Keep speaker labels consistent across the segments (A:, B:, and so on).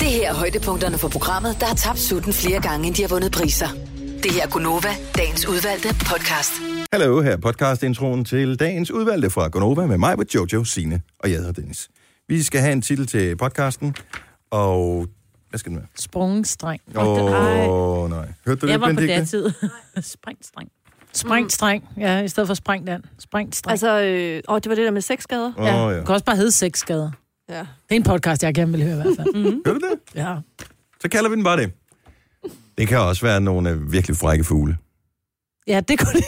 A: Det her er højdepunkterne for programmet, der har tabt sutten flere gange, end de har vundet priser. Det her er Gunova, dagens udvalgte podcast.
B: Hallo, her er podcastintroen til dagens udvalgte fra Gonova med mig, med Jojo, Sine og jeg hedder Dennis. Vi skal have en titel til podcasten, og hvad skal den være?
C: Sprungen streng.
B: Åh, oh, nej. Hørte du
D: Jeg
B: det,
D: var på
B: Benedikte?
D: det tid. Sprængt streng.
C: Sprængt streng, ja, i stedet for sprængt and. Sprængt streng. Altså,
E: Altså, øh, åh, det var det der med sexskader.
B: Åh,
C: ja.
B: ja.
C: Det kan også bare hedde sexskader.
E: Ja.
C: Det er en podcast, jeg gerne vil høre i hvert fald.
D: Mhm.
B: Hørte du det?
C: Ja.
B: Så kalder vi den bare det. Det kan også være nogle øh, virkelig frække fugle.
C: Ja, det kunne det.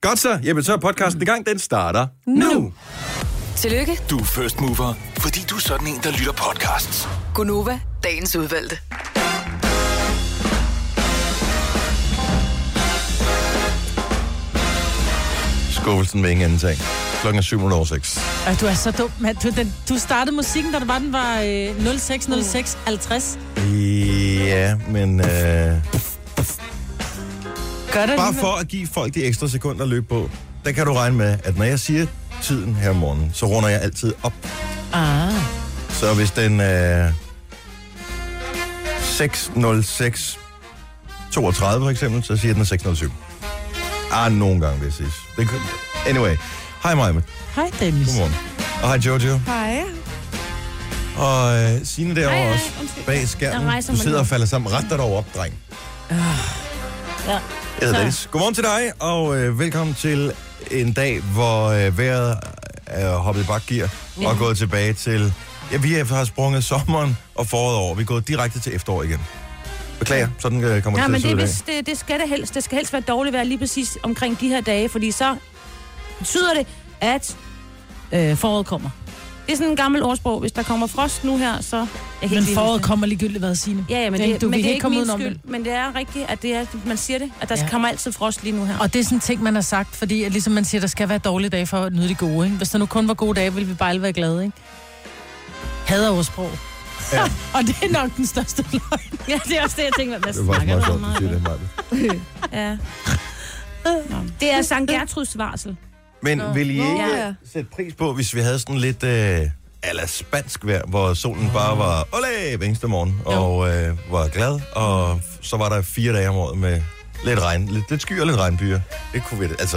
B: Godt så. Jamen, så er podcasten i gang. Den starter nu. nu.
A: Tillykke,
F: Du er first mover, fordi du er sådan en, der lytter podcasts.
A: Gunova, dagens udvalgte.
B: Skuffelsen ved ingen anden ting. Klokken er 7.06.
C: Ej, du er så dum, mand. Du, den, du startede musikken, da det var, den var øh, 06, 06,
D: Mm.
C: 50.
B: Ja, men... Øh...
C: Gør det
B: Bare
C: alligevel.
B: for at give folk de ekstra sekunder at løbe på, der kan du regne med, at når jeg siger tiden her om morgenen, så runder jeg altid op.
C: Ah.
B: Så hvis den øh, er 606 32 for eksempel, så siger den er 607. Ah, nogle gange vil jeg sige. Det kan... Anyway. Hej Maja,
C: Hej, Dennis.
B: godmorgen. Og hej Jojo.
E: Hej.
B: Og øh, Signe derovre
D: Hej, hej.
B: også,
D: Undskyld.
B: bag
D: Jeg
B: skærmen.
D: rejser
B: Du
D: mig
B: sidder
D: lige.
B: og falder sammen. Ret dig dog op, dreng.
D: Ja.
B: Jeg hedder
D: Så-
B: Dennis. Godmorgen til dig, og øh, velkommen til en dag, hvor øh, vejret er hoppet i bakgear og er gået tilbage til... Ja, vi er- har sprunget sommeren og foråret over. Vi er gået direkte til efterår igen. Beklager, sådan øh, kommer
D: Ja,
B: det
D: men
B: til
D: det,
B: at se ud i dag.
D: hvis, det, det, skal det, helst, det skal helst være dårligt vejr lige præcis omkring de her dage, fordi så betyder det, at øh, foråret kommer. Det er sådan en gammel ordsprog. Hvis der kommer frost nu her, så... Jeg kan
C: Men
D: ikke lige
C: foråret
D: huske
C: kommer ligegyldigt hvad, Signe.
D: det. Ja, ja, men
C: Den-
D: det,
C: du,
D: men
C: vi
D: det
C: kan ikke
D: er ikke
C: komme
D: min
C: udenom
D: skyld. Men det er rigtigt, at det er, man siger det, at der
C: Ja.
D: ja. kommer altid frost lige nu her.
C: Og det er sådan en ting, man har sagt, fordi at ligesom man siger, der skal være dårlige dage for at nyde de gode. Ikke? Hvis der nu kun var gode dage, ville vi bare alle være glade. Ikke? Hader ordsprog. Ja. og det er nok den største løgn.
D: Ja, det er også det, jeg tænker, hvad
B: Det var faktisk
D: snakker
B: meget
D: du om?
B: sjovt, at sige det, Maja.
D: Ja. Nå. Det er Sankt Gertruds varsel.
B: Men ville I ikke
D: Ja.
B: ja. sætte pris på, hvis vi havde sådan lidt øh, ala spansk vejr, hvor solen bare var olé hver eneste morgen, og øh, var glad, og f- så var der fire dage om året med lidt regn, lidt, lidt sky og lidt regnbyer. Det kunne vi, altså,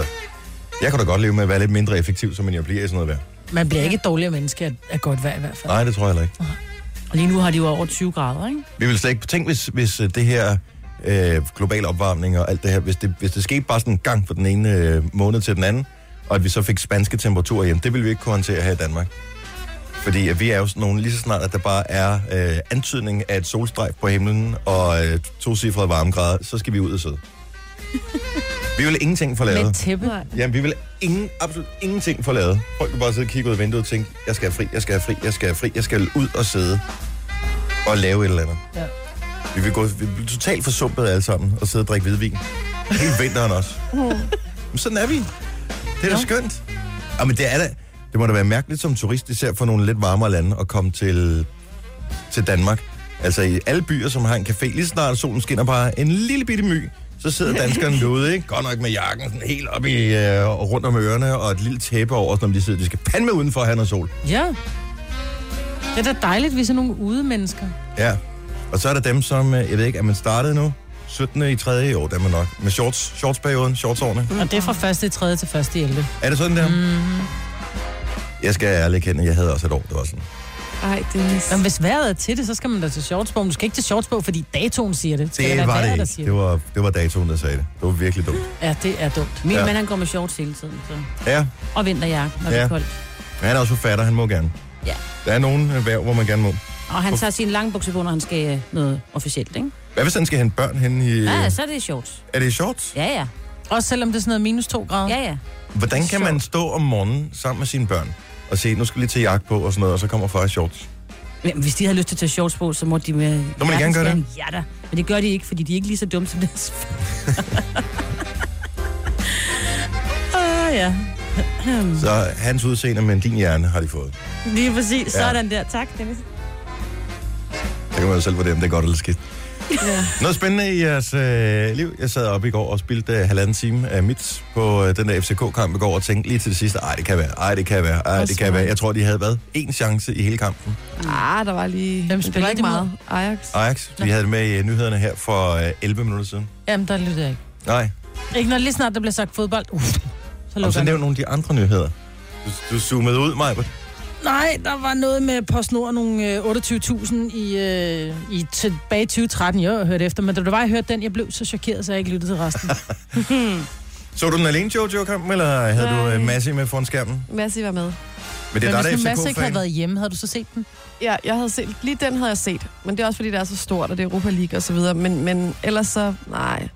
B: jeg kunne da godt leve med at være lidt mindre effektiv, som jeg bliver i sådan noget vejr.
C: Man bliver ikke et dårligere menneske af, af godt vejr i hvert fald.
B: Nej, det tror jeg heller ikke.
D: Og lige nu har de jo over 20 grader, ikke?
B: Vi ville slet ikke tænke, hvis, hvis øh, det her øh, global opvarmning og alt det her, hvis det, hvis det skete bare sådan en gang fra den ene øh, måned til den anden, og at vi så fik spanske temperaturer hjem, det ville vi ikke kunne håndtere her i Danmark. Fordi at vi er jo sådan nogle, lige så snart at der bare er øh, antydning af et solstrejf på himlen og øh, to cifrede varmegrader, så skal vi ud og sidde. vi vil ingenting få
C: Med et
B: lavet.
C: tæppe.
B: Jamen, vi vil ingen, absolut ingenting få lavet. Folk kan bare sidde og kigge ud af vinduet og tænke, jeg skal have fri, jeg skal have fri, jeg skal have fri, jeg skal ud og sidde og lave et eller andet.
C: Ja.
B: Vi vil gå vi bliver totalt forsumpet alle sammen og sidde og drikke hvidvin. Hele vinteren også. Men sådan er vi. Det er da skønt. Ja, men det er da, det må da være mærkeligt som turist, især for nogle lidt varmere lande, at komme til, til Danmark. Altså i alle byer, som har en café, lige så snart solen skinner bare en lille bitte my, så sidder danskerne derude, ikke? Godt nok med jakken sådan helt op i, øh, og rundt om ørerne, og et lille tæppe over, når de sidder. De skal pande med udenfor at have noget sol.
C: Ja. Det er da dejligt, hvis er nogle ude mennesker.
B: Ja, og så er der dem, som, øh, jeg ved ikke, er man startet nu? 17. i 3. år, der er man nok. Med shorts, shortsperioden, shortsårene.
C: Og det er fra 1. i 3. til 1. i 11.
B: Er det sådan der? Mm.
D: Mhm.
B: Jeg skal ærligt kende, jeg havde også et år, det var sådan.
E: Ej, Dennis.
C: Jamen, hvis vejret er til det, så skal man da til shorts på. Men du skal ikke til shorts på, fordi datoen siger det. Skal
B: Det,
C: være
B: var
C: vejret,
B: det
C: der
B: ikke.
C: siger
B: Det var, det var datoen, der sagde det. Det var virkelig dumt.
C: det. Ja, det er dumt.
D: Min
B: Ja.
D: ja. mand, han går med shorts hele tiden, så.
B: Ja,
D: Og vinterjakke, når
B: Ja.
D: det er koldt.
B: men han er også forfatter, han må gerne.
D: Ja.
B: Der er nogen erhverv, hvor man gerne må.
D: Og han tager sine lange bukser på, når han skal øh, noget officielt, ikke?
B: Hvad hvis han skal hente børn hen i... øh,
D: Ja, ja, så er det shorts.
B: Er det i shorts?
D: Ja, ja.
C: Også selvom det er sådan noget minus 2 grader.
D: Ja, ja.
B: Hvordan kan man stå om morgenen sammen med sine børn og sige, nu skal vi lige til jagt på og sådan noget, og så kommer far i shorts?
D: Men hvis de havde lyst til at tage shorts på, så må de med...
B: Så må de gerne gøre det.
D: Ja, da. Men det gør de ikke, fordi de er ikke lige så dumme som deres...
C: Ah,
D: Åh, ja.
C: Øhm,
B: Så hans udseende, men din hjerne har de fået.
D: Lige præcis.
B: Ja.
D: Sådan der. Tak, Dennis.
B: Så kan man jo selv vurdere, om det er godt eller skidt. Noget spændende i jeres øh, liv. Jeg sad op i går og spildte øh, halvanden time af mit på øh, den der FCK-kamp i går og tænkte lige til det sidste, ej, det kan være, ej, det kan være, ej, det kan være. Jeg tror, de havde været én chance i hele kampen.
E: Ah, der var lige... men det
C: spillede
E: var ikke
C: de mod?
E: meget. Ajax.
B: Ajax, vi havde det med i øh, nyhederne her for øh, 11 minutter siden.
C: Jamen, der lytter jeg ikke.
B: Nej,
C: Ikke når lige snart der bliver sagt fodbold. Uff, så
B: og
C: lukker
B: så
C: jeg.
B: nævn nogle af de andre nyheder. Du, du zoomede ud, Maja.
C: Nej, der var noget med PostNord, nogle øh, 28.000 i, øh, i tilbage i 2013, jeg hørte efter. Men da du var, jeg hørte den, jeg blev så chokeret, så jeg ikke lyttede til resten.
B: Så du den alene, Jojo-kampen, eller havde du øh, Massey med foran skærmen?
E: Massi var med.
B: Men det er
C: men
B: dig,
C: hvis
B: der
C: nu
B: er
C: Mads ikke havde
B: FCK-fan.
C: været hjemme, havde du så set den?
E: Ja, jeg havde set, lige den havde jeg set, men det er også fordi, det er så stort, og det er Europa League og så videre, men, men ellers så, nej.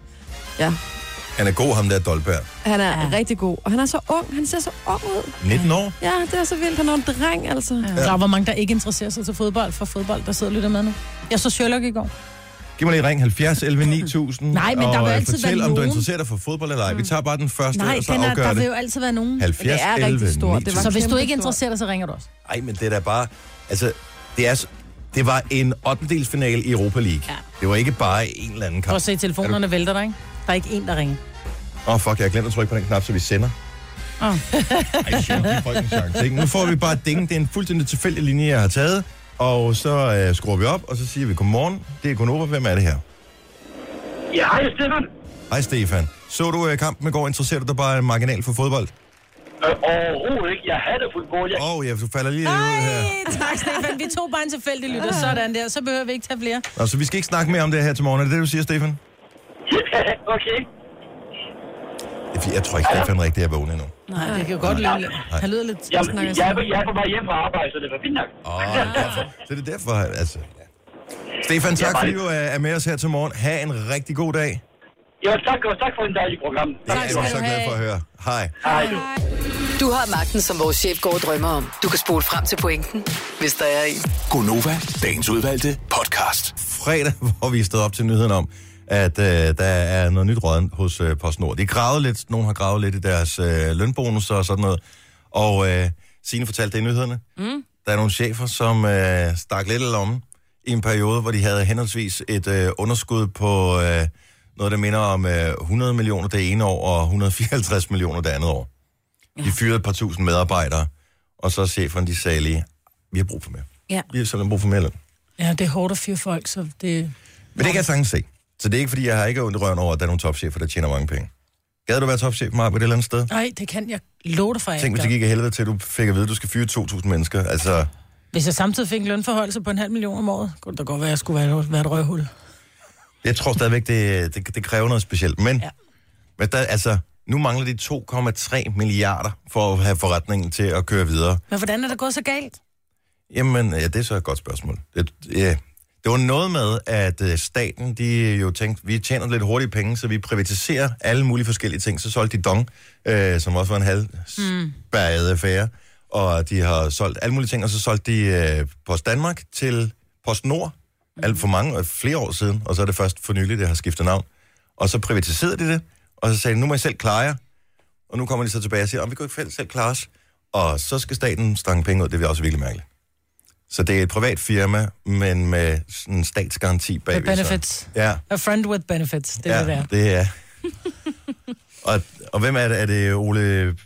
B: Han er god, ham der Dolberg.
E: Han er
C: Ja.
E: ja. rigtig god, og han er så ung, han ser så ung ud.
B: 19 år?
E: Ja, det er så vildt, han er en dreng, altså. Ja.
C: Ja. Der var mange, der ikke interesserer sig til fodbold, for fodbold, der sidder og lytter med nu. Jeg så Sherlock i går.
B: Giv mig lige ring 70 11 9000.
C: Nej, men der
B: og,
C: vil
B: øh,
C: altid
B: fortæl,
C: være
B: om du er
C: nogen. Mm.
B: interesseret dig for fodbold eller ej. Vi tager bare den første,
C: Nej,
B: og så
C: den er,
B: afgør
C: der vil
B: det.
C: jo altid være nogen.
B: 70
E: Det er rigtig
B: 11
E: stort. Det var-
B: 9000.
C: Så hvis du
E: Kæmpe
C: ikke er
E: stor.
C: interesseret, så ringer du også.
B: Ej, men det er da bare... Altså, det er... s- Det var en 8. finale i Europa League. Ja. Det var ikke bare en eller anden
C: Prøv
B: kamp.
C: at se, telefonerne vælter dig, ikke? Der er ikke en, der ringer.
B: Åh, oh, fuck, jeg har glemt at trykke på den knap, så vi sender.
C: Åh.
B: Ej, shit, giv folk en chance, ikke? Nu får vi bare ding. Det er en fuldstændig tilfældig linje, jeg har taget. Og så øh, skruer vi op, og så siger vi godmorgen. Det er Gunova. Hvem er det her?
G: Ja, hej Stefan.
B: Hej, Stefan. Så du øh, kampen i går? Interesserer du dig bare marginalt for fodbold?
G: Øh, overhovedet ikke. Jeg havde fodbold. Jeg...
B: Åh, oh, jeg falder lige ud her.
C: tak, Stefan. Vi tog bare en tilfældig lytter. Sådan der. Så behøver vi ikke tage flere.
B: Nå, så vi skal ikke snakke mere om det her til morgen. Er det det, du siger, Stefan?
G: okay.
B: Det er fordi, Jeg tror ikke, Stefan rigtig er vågen endnu.
C: Nej, det kan jo godt lyde lidt. Han lyder lidt...
G: Jeg,
E: snakker
G: jeg,
E: sammen.
G: jeg, jeg er på vej hjem fra arbejde, så det var fint nok.
B: Åh, oh, så det er derfor, altså. Ja. Stefan, tak
G: Ja,
B: fordi
G: bare-
B: du er er med os her til morgen. Ha' en rigtig god dag.
G: Jo, tak, og tak for en dejlig program.
B: Det er jeg
C: skal
B: så
C: du
B: glad
C: have.
B: for at høre. Hej.
G: Hej du.
A: Du har magten, som vores chef går og drømmer om. Du kan spole frem til pointen, hvis der er en.
F: Gonova, dagens udvalgte podcast.
B: Fredag, hvor vi stod op til nyheden om, at øh, der er noget nyt råden hos øh, PostNord. De gravede lidt, nogen har gravet lidt i deres øh, lønbonus og sådan noget. Og øh, Signe fortalte det i nyhederne. Mm. Der er nogle chefer, som øh, stak lidt i lommen i en periode, hvor de havde henholdsvis et øh, underskud på øh, noget, der minder om øh, 100 millioner det ene år og 154 millioner det andet år. De fyrede et par tusind medarbejdere, og så cheferne, de sagde lige, vi har brug for mere.
D: Ja.
B: Vi har simpelthen brug for mere løn.
C: Ja, det er hårdt at fyre folk, så det...
B: Men det kan jeg sagtens se. Så det er ikke, fordi jeg har ikke ondt i røven over, at der er nogle topchefer, der tjener mange penge. Gad du være topchef, Maja, på et eller andet sted?
C: Nej, det kan jeg love dig for, jeg
B: Tænk, hvis
C: ikke
B: det
C: gør.
B: gik af helvede til, at du fik at vide, at du skal fyre 2.000 mennesker. Altså,
C: Hvis jeg samtidig fik en lønforhøjelse på en halv million om året, kunne det da godt være, at jeg skulle være, være et røghul.
B: jeg tror stadigvæk, det, det, det kræver noget specielt. Men, ja.
C: Ja.
B: men der, altså, nu mangler de 2,3 milliarder for at have forretningen til at køre videre.
C: Men hvordan er det gået så galt?
B: Jamen, ja, det er så et godt spørgsmål. Det, ja. det var noget med, at øh, staten, de jo tænkte, vi tjener lidt hurtige penge, så vi privatiserer alle mulige forskellige ting. Så solgte de Dong, øh, som også var en halvspærret mm. affære, og de har solgt alle mulige ting, og så solgte de øh, Post Danmark til Post Nord, alt for mange, øh, flere år siden, og så er det først for nylig, det har skiftet navn. Og så privatiserede de det, og så sagde de, nu må jeg selv klare jer. Og nu kommer de så tilbage og siger, om vi kan ikke selv klare os. Og så skal staten stange penge ud, det bliver også virkelig mærkeligt. Så det er et privat firma, men med sådan en statsgaranti bagved. sig.
C: benefits.
B: Ja,
C: A friend with benefits, det er ja. det
B: ja
C: der.
B: det er. og, og hvem er det? Er det Ole,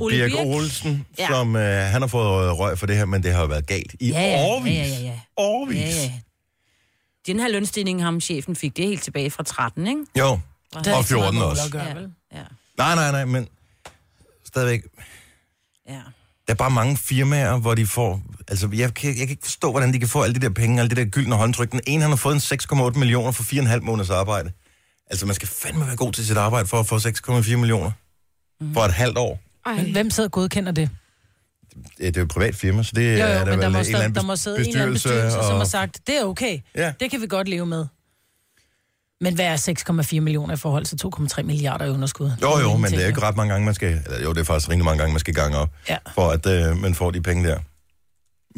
D: Ole
B: Birk,
D: Birk.
B: Olsen, ja.
D: Ja.
B: som øh, han har fået øh, røg for det her, men det har jo været galt i
D: Ja, ja, ja,
B: årvis.
D: ja, ja, ja.
B: Årvis.
D: Ja, ja. Den her lønstigning, ham chefen fik, det er helt tilbage fra 13, ikke?
B: Jo,
D: Der er
B: og
D: ikke så
B: 14
C: Ole
B: også.
C: at gøre,
D: Ja.
C: vel?
D: Ja.
B: Nej, nej, nej, men stadigvæk.
D: ja.
B: Der er bare mange firmaer, hvor de får... Altså, jeg kan, jeg kan ikke forstå, hvordan de kan få alle de der penge, alle de der gyldne håndtryk. Den ene, han har fået en 6,8 millioner for 4,5 måneders arbejde. Altså, man skal fandme være god til sit arbejde for at få 6,4 millioner.
D: Mhm.
B: Mm. For et halvt år.
C: Men hvem sidder og godkender det?
B: Ja, det er jo et privat firma, så det
C: Jo,
B: er
C: jo, men der
B: vel
C: må,
B: en eller
C: stå,
B: anden
C: der må sidde en eller anden bestyrelse, og... som har sagt, det er okay,
B: Ja.
C: ja. det kan vi godt leve med. Men hvad er 6,4 millioner i forhold til 2,3 milliarder i underskud?
B: Jo, jo, men det er
C: Ingenting,
B: ikke ret mange gange, man skal... Eller, jo, det er faktisk rimelig mange gange, man skal gange op,
C: Ja.
B: for at øh, man får de penge der.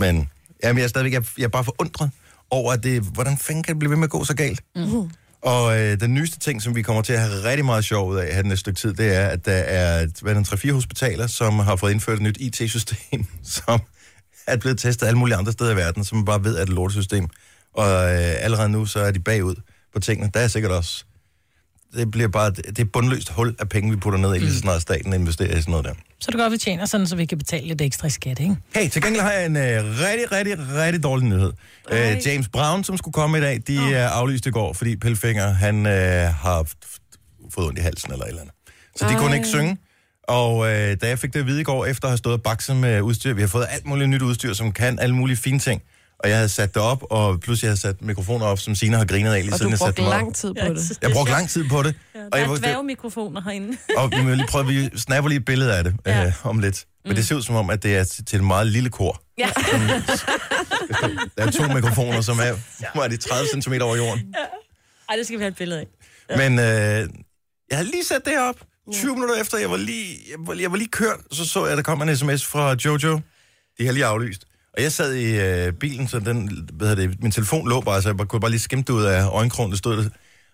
B: Men jamen, jeg er stadigvæk jeg, jeg er bare forundret over, at det, hvordan fanden kan det blive ved med at gå så galt?
C: Mm-hmm.
B: Mm. Og øh, den nyeste ting, som vi kommer til at have rigtig meget sjov ud af her den næste stykke tid, det er, at der er hvad er det, en 3-4 hospitaler, som har fået indført et nyt IT-system, som er blevet testet alle mulige andre steder i verden, som bare ved, at det er et lortesystem. Og øh, allerede nu, så er de bagud på tingene. Der er sikkert også... Det bliver bare... Det er et bundløst hul af penge, vi putter ned i, lige så snart staten investerer i sådan noget der.
C: Så er det godt, at vi tjener sådan, så vi kan betale lidt ekstra i skat, ikke?
B: Hey, til gengæld har jeg en øh, rigtig, rigtig, rigtig dårlig nyhed. Øh, James Brown, som skulle komme i dag, de er aflyst i går, fordi Pelfinger, han øh, har f- f- fået ondt i halsen eller et eller andet. Så de kunne ikke synge. Og øh, da jeg fik det at vide i går, efter at have stået og bakset med udstyr, vi har fået alt muligt nyt udstyr, som kan alle mulige fine ting, og jeg havde sat det op, og pludselig havde jeg sat mikrofoner op, som Sina har grinet af, lige
E: Og
B: siden
E: du
B: jeg satte
E: brugte
B: dem op.
E: lang tid på det.
B: Jeg brugte lang tid på det. og jeg,
D: Der er
B: var-
D: dværgemikrofoner herinde.
B: og vi må lige prøve, vi snapper lige et billede af det ja.
D: Ja.
B: øh, om lidt. Men
E: Mm.
B: det ser ud som om, at det er til- til en meget lille kor. Ja. Der er to mikrofoner, som er, hvor er de 30 cm over jorden.
D: Ej, det skal vi have et billede af.
B: Ja. Men øh, jeg havde lige sat det op. 20 minutter efter, jeg var lige, jeg var, jeg var lige kørt, så så jeg, at der kom en sms fra Jojo. De har lige aflyst. Og jeg sad i øh, bilen, så den, hvad hedder det, min telefon lå bare, så jeg bare- kunne bare lige skimte ud af øjenkrogen, der stod det.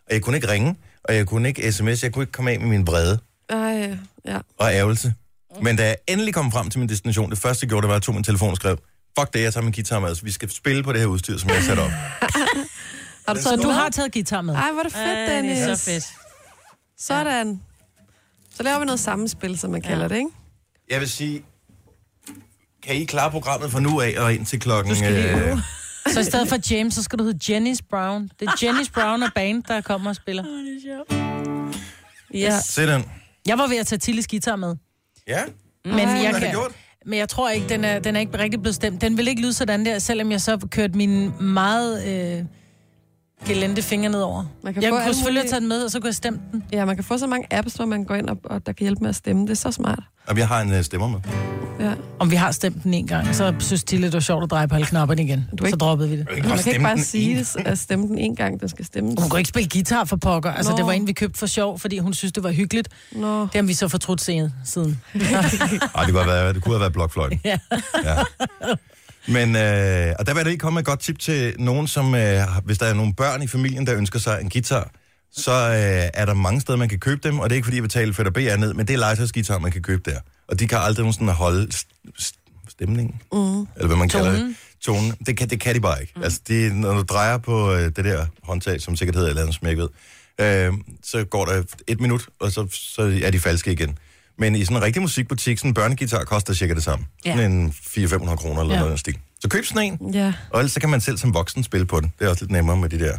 B: Og jeg kunne ikke ringe, og jeg kunne ikke sms, jeg kunne ikke komme af med min brede
E: Ej, ja.
B: og ærgelse. Men da jeg endelig kom frem til min destination, det første jeg gjorde, det var, at jeg tog min telefon og skrev, fuck det, jeg tager min guitar med, altså, vi skal spille på det her udstyr, som jeg har sat op.
E: Har du
C: Så
E: taget
C: du
E: med?
C: har taget guitar med?
E: Ej, hvor er det fedt,
D: Ej,
E: Dennis.
D: det er så fedt.
E: Sådan. Så laver vi noget sammenspil, som man kalder det, ikke?
B: Jeg vil sige, kan I klare programmet fra nu af og indtil klokken...
D: Du skal lige øve.
B: øh,
C: Så i stedet for James, så skal du hedde Jennys Brown. Det er Jennys Brown og band, der kommer og spiller.
D: Yes.
B: se den.
C: Jeg var ved at tage Tillis guitar med.
B: Ja,
C: Men jeg,
B: har det
C: kan,
B: gjort?
C: men jeg tror ikke, den er, den er ikke rigtig blevet stemt. Den vil ikke lyde sådan der, selvom jeg så kørte min meget øh, gelente finger ned over.
E: Man
C: Jeg
E: kan
C: kunne
E: få alle
C: selvfølgelig
E: mulige-
C: have taget den med, og så kunne jeg stemme den.
E: Ja, man kan få så mange apps, hvor man går ind og, og der kan hjælpe med at stemme. Det er så smart.
B: Og jeg har en øh, stemmer med.
E: Ja.
C: Om vi har stemt den en gang, så synes Tilly, det var sjovt at dreje på alle knapperne igen.
E: Du
C: Du
E: er
C: så
E: ikke-
C: droppede vi det.
B: Jeg kan
E: Man
B: også
E: kan ikke
B: stemme
E: bare
B: den
E: sige
B: ene.
E: det, at stemme den en gang, den skal stemme.
C: Hun kunne ikke spille guitar for pokker. Altså,
E: Nå.
C: det var en, vi købte for sjov, fordi hun synes, det var hyggeligt.
E: Nå.
C: Det har vi så fortrudt sen- siden.
B: Ej, det kunne, have været, det kunne have været blokfløjten.
C: Ja.
B: ja. Men, øh, og der vil jeg da lige komme med et godt tip til nogen, som, øh, hvis der er nogle børn i familien, der ønsker sig en guitar, så øh, er der mange steder, man kan købe dem, og det er ikke fordi, jeg betaler fedt og B ned, men det er legetøjsguitar, man kan købe der. Og de kan aldrig nogensinde holde st- st- stemningen, mm. eller hvad man kalder det, tonen. Det kan, det kan de bare ikke. Mm. Altså, de, når du drejer på øh, det der håndtag, som sikkert hedder et eller andet, som jeg ikke ved, øh, så går der et minut, og så, så er de falske igen. Men i sådan en rigtig musikbutik, sådan en børnegitar koster cirka det samme. Ja.
D: Ja.
B: Sådan en 400-500 kroner eller ja.
C: Ja.
B: noget i den stil. Så køb sådan en,
E: Ja.
B: og ellers så kan man selv som voksen spille på den. Det er også lidt nemmere med de der,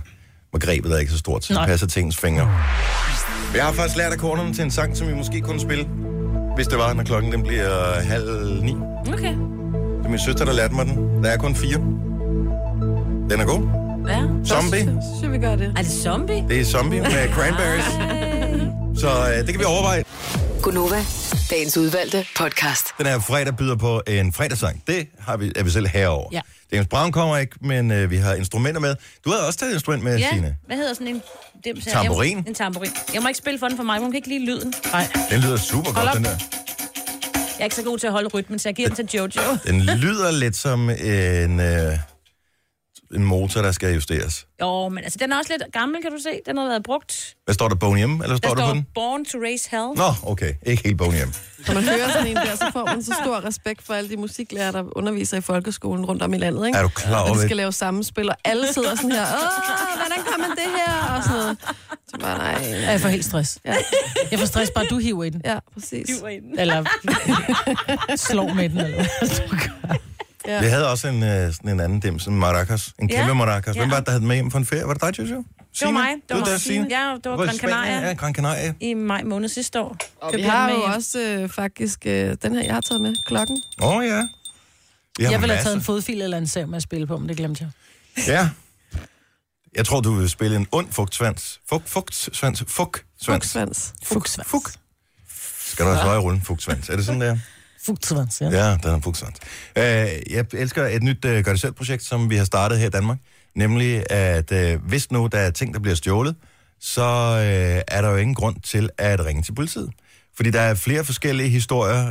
B: hvor grebet er ikke så stort, så det
C: Nej.
B: passer til ens fingre. Men Jeg har faktisk lært akkorderne til en sang, som vi måske kunne spille, hvis det var, når klokken den bliver halv ni. Det
D: Okay.
B: er min søster, der lærte mig den. Der er kun fire. Den er god.
D: Ja.
B: Zombie.
E: Så synes jeg, vi gør det.
D: Er det zombie?
B: Det er Zombie med Cranberries. Så øh, det kan vi overveje.
A: Gunova, dagens udvalgte podcast.
B: Den her fredag byder på en fredagssang. Det har vi, er vi selv
D: Ah.
B: herover.
C: Ja.
B: James Brown kommer ikke, men øh, vi har instrumenter med. Du havde også taget et instrument med,
D: Ja.
B: Signe.
D: Hvad hedder sådan en... Dem, så-
B: Tamburin?
D: Jeg, en tamburin. Jeg må ikke spille for den for mig, for hun kan ikke lide lyden.
C: Nej.
B: Den lyder super
D: Hold
B: godt,
D: op.
B: den der.
D: Jeg er ikke så god til at holde rytmen, så jeg giver den til Jojo.
B: Den lyder lidt som en, øh, en motor, der skal justeres.
D: Jo, men altså, den er også lidt gammel, kan du se. Den har været brugt.
B: Hvad står der, Bone Hjem? Eller
D: Der
B: står der,
D: står
B: på den?
D: Born to Raise Hell.
B: Nå, okay. Ikke helt Bone Hjem.
E: Når man hører sådan en der, så får man så stor respekt for alle de musiklærer, der underviser i folkeskolen rundt om i landet. Ikke?
B: Er du klar
E: Og
B: over
E: de
B: det?
E: skal lave sammenspil, og alle sidder sådan her, åh, hvordan gør man det her? Og sådan noget. Så bare, nej.
C: Ja, Jeg får helt stress.
E: Ja,
C: Jeg får stress bare, du hiver i den.
E: ja præcis.
C: Eller slår med den. Eller. hvad.
E: Ja.
B: Vi havde også en, øh, sådan en anden dem, sådan en maracas. En
D: Ja.
B: kæmpe maracas. Hvem
D: Ja.
B: var det, der havde den med hjem fra en ferie? Var det dig, Jojo? Signe?
D: Det var mig.
B: Det var dig, Signe.
D: Ja, det var
B: Hvor i
D: Gran
B: Spanien?
D: Canaria
B: Ja, Gran Canaria.
D: i maj måned sidste år.
E: Og vi
D: Købte
E: har
D: den med
E: jo
D: hjem.
E: også øh, faktisk øh, den her, jeg har taget med, klokken.
B: Åh, oh, ja. Vi har
C: Jeg ville have
B: masser.
C: taget en fodfil eller en sav med at spille på, men det glemte jeg.
B: Ja. Jeg tror, du vil spille en ond fugtsvans. Fug, fugtsvans. Fugtsvans.
E: Fugsvans.
C: Fugtsvans.
B: Fug. Skal du også høje rulle fugtsvans? Er det sådan, der?
C: Fugtsvans, ja.
B: Ja, den er fugtsvans. Øh, jeg elsker et nyt øh, gør-det-selv-projekt, som vi har startet her i Danmark. Nemlig, at øh, hvis nu der er ting, der bliver stjålet, så øh, er der jo ingen grund til at ringe til politiet. Fordi der er flere forskellige historier.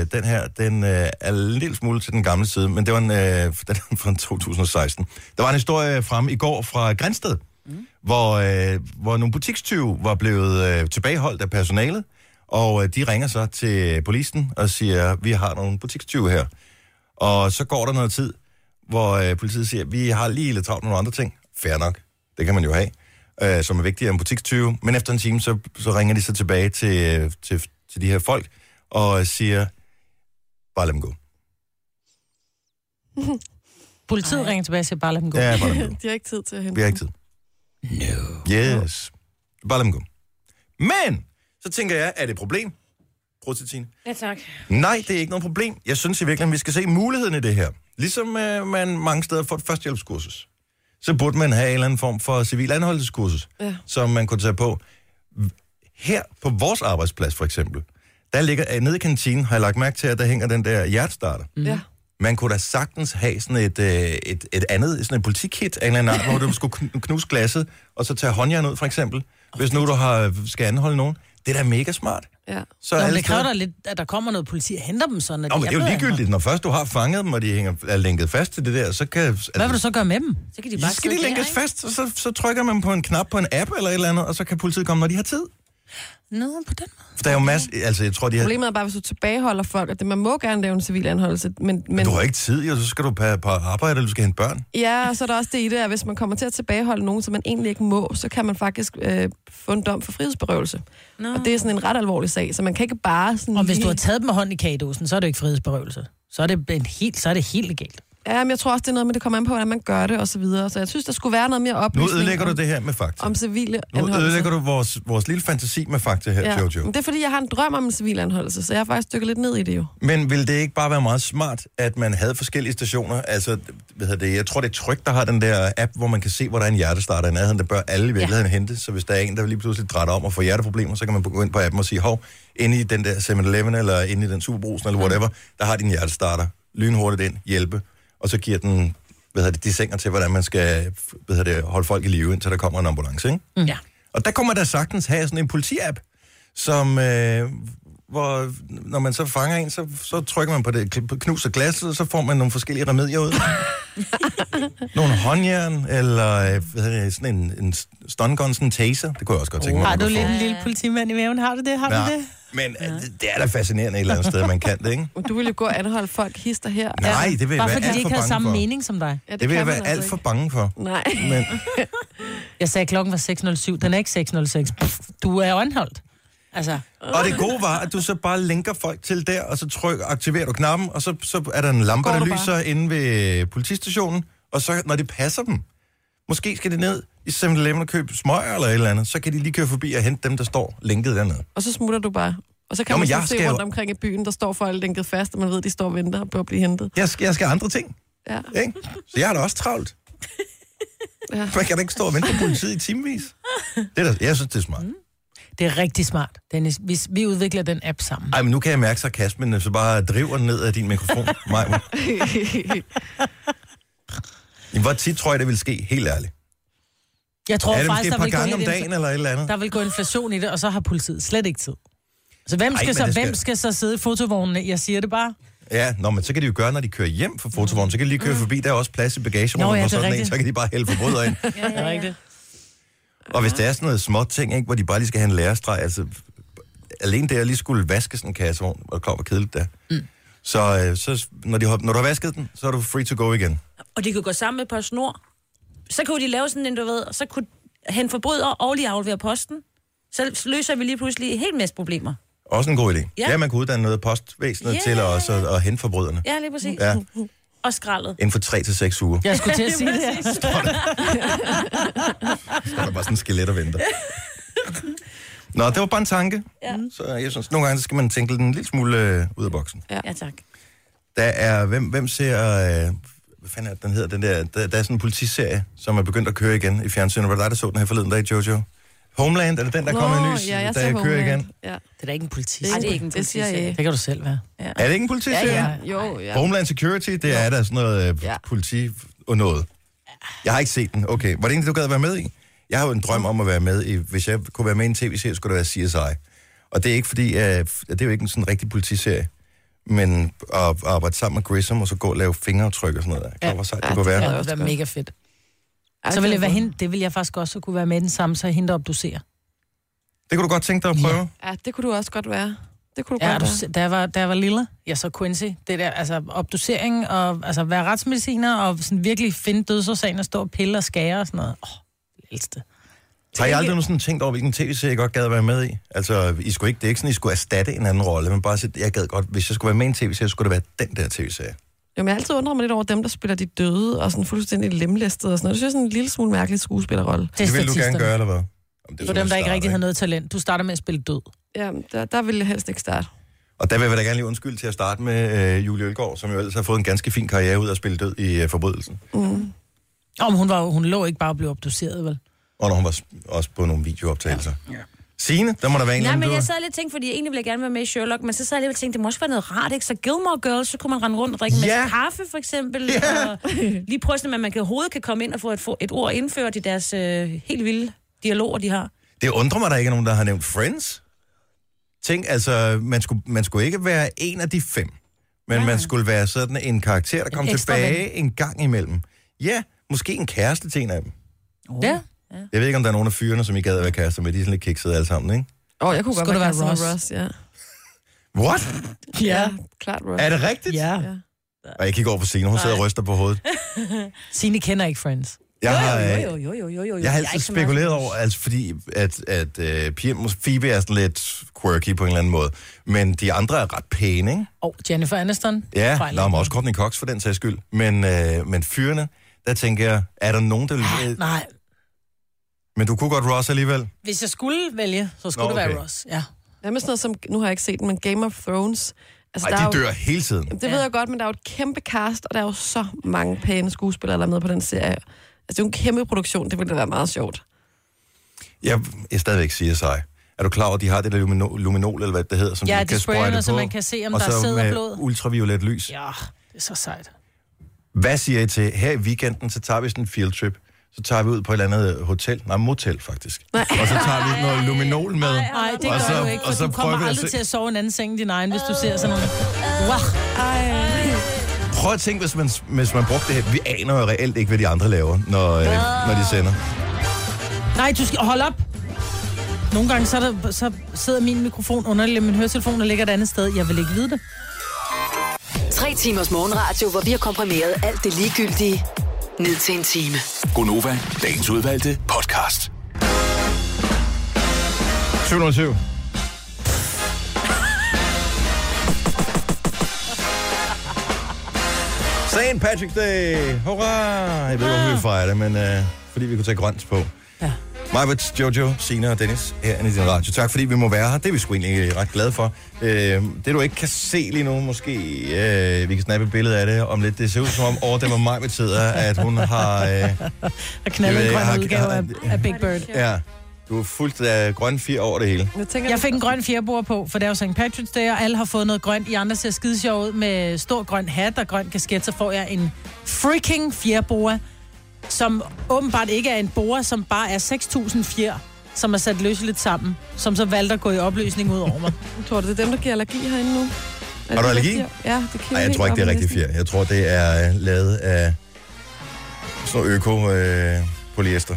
B: Øh, den her, den øh, er en lille smule til den gamle side, men det var en, øh, den er fra 2016. Der var en historie fremme i går fra Grænsted, mm. hvor, øh, hvor nogle butikstyve var blevet øh, tilbageholdt af personalet, og øh, de ringer så til polisen og siger, vi har nogle butikstyve her. Og så går der noget tid, hvor øh, politiet siger, vi har lige lidt travlt med nogle andre ting. Fair nok, det kan man jo have. øh, som er vigtigere end butikstyve. Men efter en time, så, så ringer de så tilbage til, øh, til, til de her folk og siger, bare lad dem gå.
C: Politiet ringer tilbage og siger, bare lad dem gå.
B: Ja, bare lad dem gå.
E: De har ikke tid til at hente.
B: Vi har ikke tid. No. Yes. Bare lad dem gå. Men, så tænker jeg, er det et problem? Prostitution.
D: Ja, tak.
B: Nej, det er ikke noget problem. Jeg synes i virkeligheden, vi skal se muligheden i det her. Ligesom øh, man mange steder får et førstehjælpskursus, så burde man have en eller anden form for civil anholdelseskursus, ja. som man kunne tage på. Her på vores arbejdsplads for eksempel, der ligger øh, nede i kantinen, har jeg lagt mærke til, at der hænger den der hjertestarter.
E: Ja.
B: Man kunne da sagtens have sådan et, øh, et, et andet, sådan et politikit af en eller anden art, hvor du skulle kn- knuse glasset, og så tage håndjern ud for eksempel, hvis nu du har, øh, skal anholde nogen. Det er da mega smart.
E: Ja.
B: Så
C: Nå, men
B: alle
C: det kræver
B: steder-
C: da lidt, at der kommer noget politi og henter dem, sådan at
B: Nå, men det er jo
C: blevet
B: ligegyldigt. Når først du har fanget dem, og de hænger, er lænket fast til det der, så kan... Altså,
C: anholdt. Hvad vil du så gøre med dem?
D: Så kan de bare
B: så skal de
D: sidde der,
B: lænkes
D: ikke?
B: fast, og så, så trykker man på en knap på en app eller et eller andet, og så kan politiet komme, når de har tid.
C: Nå, på den måde.
B: For der er jo masser... Altså, jeg tror, de har...
E: Problemet er bare, hvis du tilbageholder folk, at det, man må gerne lave en civil anholdelse, men,
B: Men
E: men
B: du har ikke tid, jo, så skal du på, på arbejde, eller du skal hente børn.
E: ja, og så er der også det i det, at hvis man kommer til at tilbageholde nogen, som man egentlig ikke må, så kan man faktisk øh, få en dom for frihedsberøvelse. No. Og det er sådan en ret alvorlig sag, så man kan ikke bare sådan...
C: Og hvis du
E: lige-
C: har taget dem med hånd i kagedåsen, så er det jo ikke frihedsberøvelse. Så er det, en helt, så er det helt legalt.
E: Ja, men jeg tror også, det er noget med, det kommer an på, hvordan man gør det og så videre. Så jeg synes, der skulle være noget mere
B: Nu
E: oplysning
B: ødelægger du
E: om,
B: det her med fakta.
E: om civile
B: Nu
E: anholdelser.
B: ødelægger du vores, vores lille fantasi med fakta her, ja.
E: ja.
B: Jojo.
E: Men det er, fordi jeg har en drøm om en civil anholdelse, så jeg har faktisk dykket lidt ned i det jo.
B: Men ville det ikke bare være meget smart, at man havde forskellige stationer? Altså, hvad hedder det, jeg tror, det er Tryg, der har den der app, hvor man kan se, hvor der er en hjertestarter i nærheden. Der bør alle i virkeligheden ja. hente. Så hvis der er en, der lige pludselig drætter om og får hjerteproblemer, så kan man gå ind på appen og sige, hov, inde i den der 7-Eleven eller inde i den superbrusen
E: Mm.
B: eller whatever, der har din hjertestarter. Lynhurtigt ind, hjælpe. Og så giver den hvad hedder det, de sænger til, hvordan man skal hvad hedder det, holde folk i live, indtil der kommer en ambulance. Ikke?
C: Mm. Ja.
B: Og der kommer der sagtens have sådan en politi-app, som, øh, hvor når man så fanger en, så, så trykker man på det, kn- på- knuser glasset, og så får man nogle forskellige remedier ud. nogle håndjern, eller øh, hvad hedder det, sådan en, en stun gun, sådan en taser. Det kunne jeg også godt tænke mig.
C: Har
B: man
C: du
B: kunne
C: lidt
B: få.
C: en lille politimand i maven? Har du det? Har du
B: Ja,
C: det?
B: men øh, det, det er da fascinerende et eller andet sted, at man kan det, ikke?
E: Men Du ville jo gå og anholde folk hister her.
B: Nej, det vil jeg
C: Bare
B: være
C: fordi de
B: alt for
C: ikke havde
B: bange
C: samme
B: for.
C: mening som dig.
E: Ja,
B: Det vil
E: kan
B: jeg
E: man
B: være
E: altså
B: alt for
E: ikke.
B: bange for.
E: Nej.
B: Men,
C: Jeg sagde, at klokken var 6.07. Den er ikke 6.06. Pff, Du er jo anholdt. Altså,
B: og det gode var, at du så bare linker folk til der, og så tryk, aktiverer du knappen, og så, så er der en lampe,
E: Går
B: der
E: du bare.
B: lyser inde ved politistationen, og så, når det passer dem, måske skal de ned i 7-Eleven og købe smøger eller et eller andet, så kan de lige køre forbi og hente dem, der står linket dernede.
E: Og så smutter du bare. Og så kan
B: Jo, men
E: jo, man
B: jeg
E: sådan
B: skal
E: se
B: jo-
E: rundt omkring i byen, der står folk lænket fast, og man ved, at de står og venter på at blive hentet.
B: Jeg skal, jeg skal andre ting,
E: Ja.
B: ikke? Så jeg har da også travlt.
E: Ja.
B: Man kan da ikke stå og vente på politiet i timevis. Det er da, jeg synes, det er smart.
C: det er rigtig smart, Dennis. Vi, vi udvikler den app sammen.
B: Ej, men nu kan jeg mærke sarkasmen, så bare driver den ned af din mikrofon. Maja. Jamen, Hvor tit tror jeg, det vil ske, helt ærligt?
C: Jeg tror
B: er det måske
C: faktisk,
B: et
C: der
B: par
C: vil, gå
B: gange om
C: lidt
B: dagen
C: infla-
B: eller et eller andet?
C: der vil gå inflation i det, og så har politiet slet ikke tid. Så hvem
B: Ej,
C: skal,
B: men
C: så,
B: det
C: hvem
B: skal-
C: skal... så sidde i fotovognene? Jeg siger det bare.
B: Ja, nå, men så kan de jo gøre, når de kører hjem fra fotovognen, så kan de lige køre
D: Mm.
B: forbi, der er også plads i
C: Nå,
B: bagagerummet
C: ja,
B: og
C: det er
B: sådan en,
C: rigtigt.
B: så kan de bare hælde forbryder ind.
C: Ja, ja, ja. Rigtigt.
B: Og hvis det er sådan noget småt ting, ikke, hvor de bare lige skal have en lærestreg, altså alene det at lige skulle vaske sådan en kassevogn, hvor klart hvor kedeligt det er. Mm. Så, øh, så når, de, har- når du har vasket den, så er du free to go igen.
D: Og de kunne gå sammen med et par snor. Så kunne de lave sådan en, du ved, og så kunne han forbryder og lige aflevere posten. Så løser vi lige pludselig en hel masse problemer.
B: Også en god idé.
D: Ja.
B: Ja, man kunne uddanne noget af postvæsenet
D: Ja.
B: til også at, at hente forbryderne.
D: Ja, lige præcis.
B: Ja.
D: Og skraldet.
B: Inden for 3 til 6 uger.
C: Jeg skulle til at sige det.
B: Der er bare sådan en skelet og venter. Nå, det var bare en tanke. Ja. Så jeg synes, nogle gange så skal man tænke den en lille smule øh, ud af boksen.
D: Ja, tak.
B: Der er, hvem, hvem ser, øh, hvad fanden er det, den hedder, den der, der, der er sådan en politiserie, som er begyndt at køre igen i fjernsynet. Var det dig, der så den her forleden dag, Jojo? Homeland, er det den, der kommer i
E: Nå,
B: nys,
E: ja, jeg
B: der
E: ser
B: kører
E: Homeland.
B: igen?
E: Ja.
C: Det er da ikke en politi.
D: Ej, det er ikke en
E: det siger jeg
D: politiserie.
E: ikke.
C: Det kan du selv være.
B: Er det ikke en politiserie?
E: Ja, jo, ja.
B: Homeland Security, det er der sådan noget øh,
E: Ja.
B: politi og noget. Jeg har ikke set den. Okay, var det en, du gad at være med i? Jeg har jo en drøm om at være med i, hvis jeg kunne være med i en tv-serie, skulle det være CSI. Og det er ikke fordi, øh, f- det er jo ikke en sådan rigtig politiserie, men at at arbejde sammen med Grissom, og så gå og lave fingeraftryk og sådan noget. Ja. Hvor sejt det
E: Ja,
B: kunne
E: det
B: være.
E: er
C: Ja,
E: også
C: det var
E: godt.
C: mega fedt.
E: Ej,
C: Så vil jeg være
E: det er
C: hende, det vil jeg faktisk også kunne være med i den samme, så hende der obducerer.
B: Det kunne du godt tænke dig at prøve?
E: godt. Ja, det kunne du også godt være. Det kunne du ja,
C: Ja,
E: godt
C: du,
E: være.
C: da, jeg var, da jeg var lille, ja, så Quincy, det der, altså obducering og altså være retsmediciner og sådan virkelig finde dødsårsagen og stå og pille og skære og sådan noget. Åh, oh, elskede.
B: Har I aldrig nogensinde tænkt over, hvilken tv-serie jeg godt gad at være med i? Altså, I skulle ikke, det er ikke sådan, I skulle erstatte en anden rolle, men bare sige, jeg gad godt, hvis jeg skulle være med i en tv-serie, så skulle det være den der tv-serie.
E: Jo, men jeg har altid undret mig lidt over dem, der spiller de døde og sådan fuldstændig lemlæstede og sådan noget. Det synes jeg er sådan en lille smule mærkelig skuespillerrolle.
C: Det er
B: Det vil du gerne
C: statisterne.
B: gøre, eller hvad? Jamen,
C: Det
B: sådan,
C: var dem,
B: man
C: der ikke
B: starter,
C: rigtig havde noget talent. Du starter med at spille død.
E: Jamen, der, der ville jeg helst ikke starte.
B: Og der vil jeg da gerne lige undskylde til at starte med øh, Julie Ølgaard, som jo ellers har fået en ganske fin karriere ud af at spille død i øh, Forbrydelsen.
E: Mm.
C: Om hun, var, jo- hun lå ikke bare og blev obduceret, vel?
B: Og når hun var s- også på nogle videooptagelser. Ja. Signe, der må der være en eller
D: Nej,
B: anden,
D: men
B: du-
D: jeg sad lidt og tænkte, fordi egentlig ville jeg gerne være med i Sherlock, men så sad jeg lidt og tænkte, det må også være noget rart, ikke? Så Gilmore Girls, så kunne man rende rundt og drikke
B: Ja.
D: med kaffe, for eksempel.
B: Ja.
D: Og lige prøve sådan, at man kan, overhovedet kan komme ind og få et, få et ord indført i deres øh, helt vilde dialoger, de har.
B: Det undrer mig, der ikke er nogen, der har nævnt Friends. Tænk, altså, man skulle, man skulle ikke være en af de fem, men man skulle være sådan en karakter, der kom
D: ekstra
B: tilbage en gang imellem. Ja, måske en kæreste til en af dem.
C: Oh. Ja.
B: Jeg ved ikke, om der er nogen af fyrene, som I gad at være kærester med. De er sådan lidt kiksede alle sammen, ikke?
E: Åh, oh, jeg kunne
C: Skulle
E: godt være
C: det
E: kæreste
C: være
E: med Ross, ja.
B: What?
E: Ja, klart Ross.
B: Er det rigtigt?
C: Ja.
B: Og jeg kigger over på scenen, hun sidder og ryster på hovedet.
C: Signe kender ikke Friends.
B: Jeg har, øh,
D: Jo, jo, jo, jo, jo, jo.
B: jeg har
D: ikke
B: altid
D: så meget-
B: spekuleret over, altså fordi at, at uh, piger, måske Phoebe er sådan lidt quirky på en eller anden måde, men de andre er ret pæne, ikke?
C: Og Jennifer Aniston.
B: Ja,
C: Fejl.
B: der er også Courtney Cox for den sags skyld. Men, øh, men fyrene, der tænker jeg, er der nogen, der vil... Øh,
C: Nej,
B: men du kunne godt Ross alligevel.
C: hvis jeg skulle vælge, så skulle
B: Nå,
C: Nå, det
B: okay.
C: være Ross. Ja.
E: Hvad med sådan noget som, nu har jeg ikke set den, men Game of Thrones. Altså,
B: Ej,
E: der er
B: de
E: jo,
B: dør hele tiden.
E: det ved jeg godt, men der er jo et kæmpe cast, og der er jo så mange pæne skuespillere, der er med på den serie. Altså, det er jo en kæmpe produktion, det ville da være meget sjovt.
B: Jeg, jeg stadigvæk siger sig. Er du klar over, at de har det der lumino, luminol, eller hvad det hedder, som
C: Ja,
B: du
C: de
B: kan
C: sprayer
B: sprøjte på?
C: noget, så man kan se, om
B: og
C: der
B: så
C: sidder
B: med
C: blod.
B: ultraviolet lys. Ja.
C: Ja, det er så sejt.
B: Hvad siger I til, her i weekenden, så tager vi sådan en fieldtrip, så tager vi ud på et eller andet hotel, nej, motel faktisk. Nej. Og så tager vi noget luminol med.
C: Nej, det
B: Og
C: gør
B: så-
C: du ikke, for
B: og så
C: du
B: prøver vi
C: kommer
B: at
C: aldrig
B: se- Øh,
C: til at sove i en anden seng end din egen, hvis du ser sådan noget. Wow.
B: Prøv at tænke, hvis man, hvis man brugte det her. Vi aner jo reelt ikke, hvad de andre laver, når, øh, når de sender.
C: Nej, du skal holde op. Nogle gange så, er der, så sidder min mikrofon underligt, min høretelefon og ligger et andet sted. Jeg vil ikke vide det.
A: Tre timers morgenradio, hvor vi har komprimeret alt det ligegyldige ned til en time.
F: Gonova, dagens udvalgte podcast.
B: 707. St. Patrick's Day! Hurra! Jeg ved ikke, hvorfor vi fejrer det, men øh, fordi vi kunne tage grønt på. Ja. Majbert, Jojo, Sina og Dennis herinde i din radio. Tak fordi vi må være her. Det er vi sgu egentlig øh, ret glade for. Øh, det du ikke kan se lige nu, måske øh, vi kan snappe et billede af det om lidt. Det ser ud som om, over det var Majbert sidder, at hun har... Øh,
C: Og
B: Jeg
C: knalde
B: ved,
C: en
B: jeg har-
C: grøn udgave af,
B: jeg har-
C: af Big Bird.
B: ja, du er fuldt af grøn fire over det hele.
E: Jeg tænker,
C: Jeg fik en grøn fjerbord på, for det er jo St. Patrick's Day, og alle har fået noget grønt. I andre ser skide sjov ud med stor grøn hat og grøn kasket, så får jeg en freaking fjerbord, som åbenbart ikke er en bord, som bare er 6.000 fjer, som er sat løseligt sammen, som så valgte at gå i opløsning ud over mig.
E: tror du, det er dem, der giver allergi herinde nu? Er
B: Har du
E: det
B: allergi?
E: rigtigt? Ja, det kan
B: Nej, jeg tror ikke, det er rigtig fjer. Jeg tror, det er øh, lavet af sådan noget øko øh, polyester.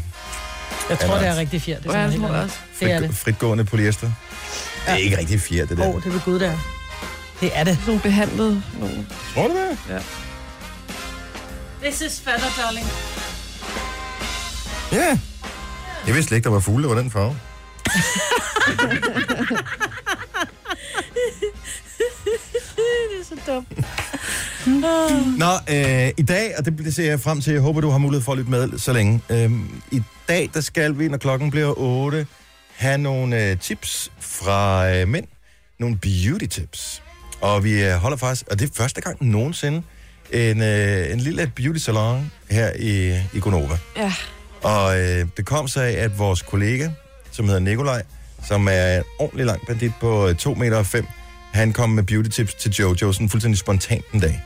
C: Jeg tror,
B: Ja,
C: det er
B: nej.
C: rigtig fjer. Det er
E: Ja, jeg
C: sådan helt
E: tror
C: andet.
E: også.
C: det er
B: Frit,
C: det.
B: fritgående polyester. Det er ikke rigtig fjer, det der.
C: Åh, oh, det vil Gud, det er. Det er det.
E: Sådan nogle behandlede nogle.
B: Tror du det?
C: This is feather, darling.
B: Ja. Jeg vidste slet ikke, der var fugle, der var den farve.
D: Det er så dumt.
B: Nå, øh, i dag, og det, det ser jeg frem til, jeg håber, du har mulighed for at lytte med så længe. Øh, I dag, der skal vi, når klokken bliver 8, have nogle øh, tips fra øh, mænd. Nogle beauty tips. Og vi øh, holder faktisk, og det er første gang nogensinde, en, øh, en lille beauty salon her i, i Gonova.
E: Ja.
B: Og øh, det kom sig af, at vores kollega, som hedder Nikolaj, som er en ordentlig lang bandit på øh, 2,5 meter, han kom med beauty tips til Jojo sådan fuldstændig spontant en dag.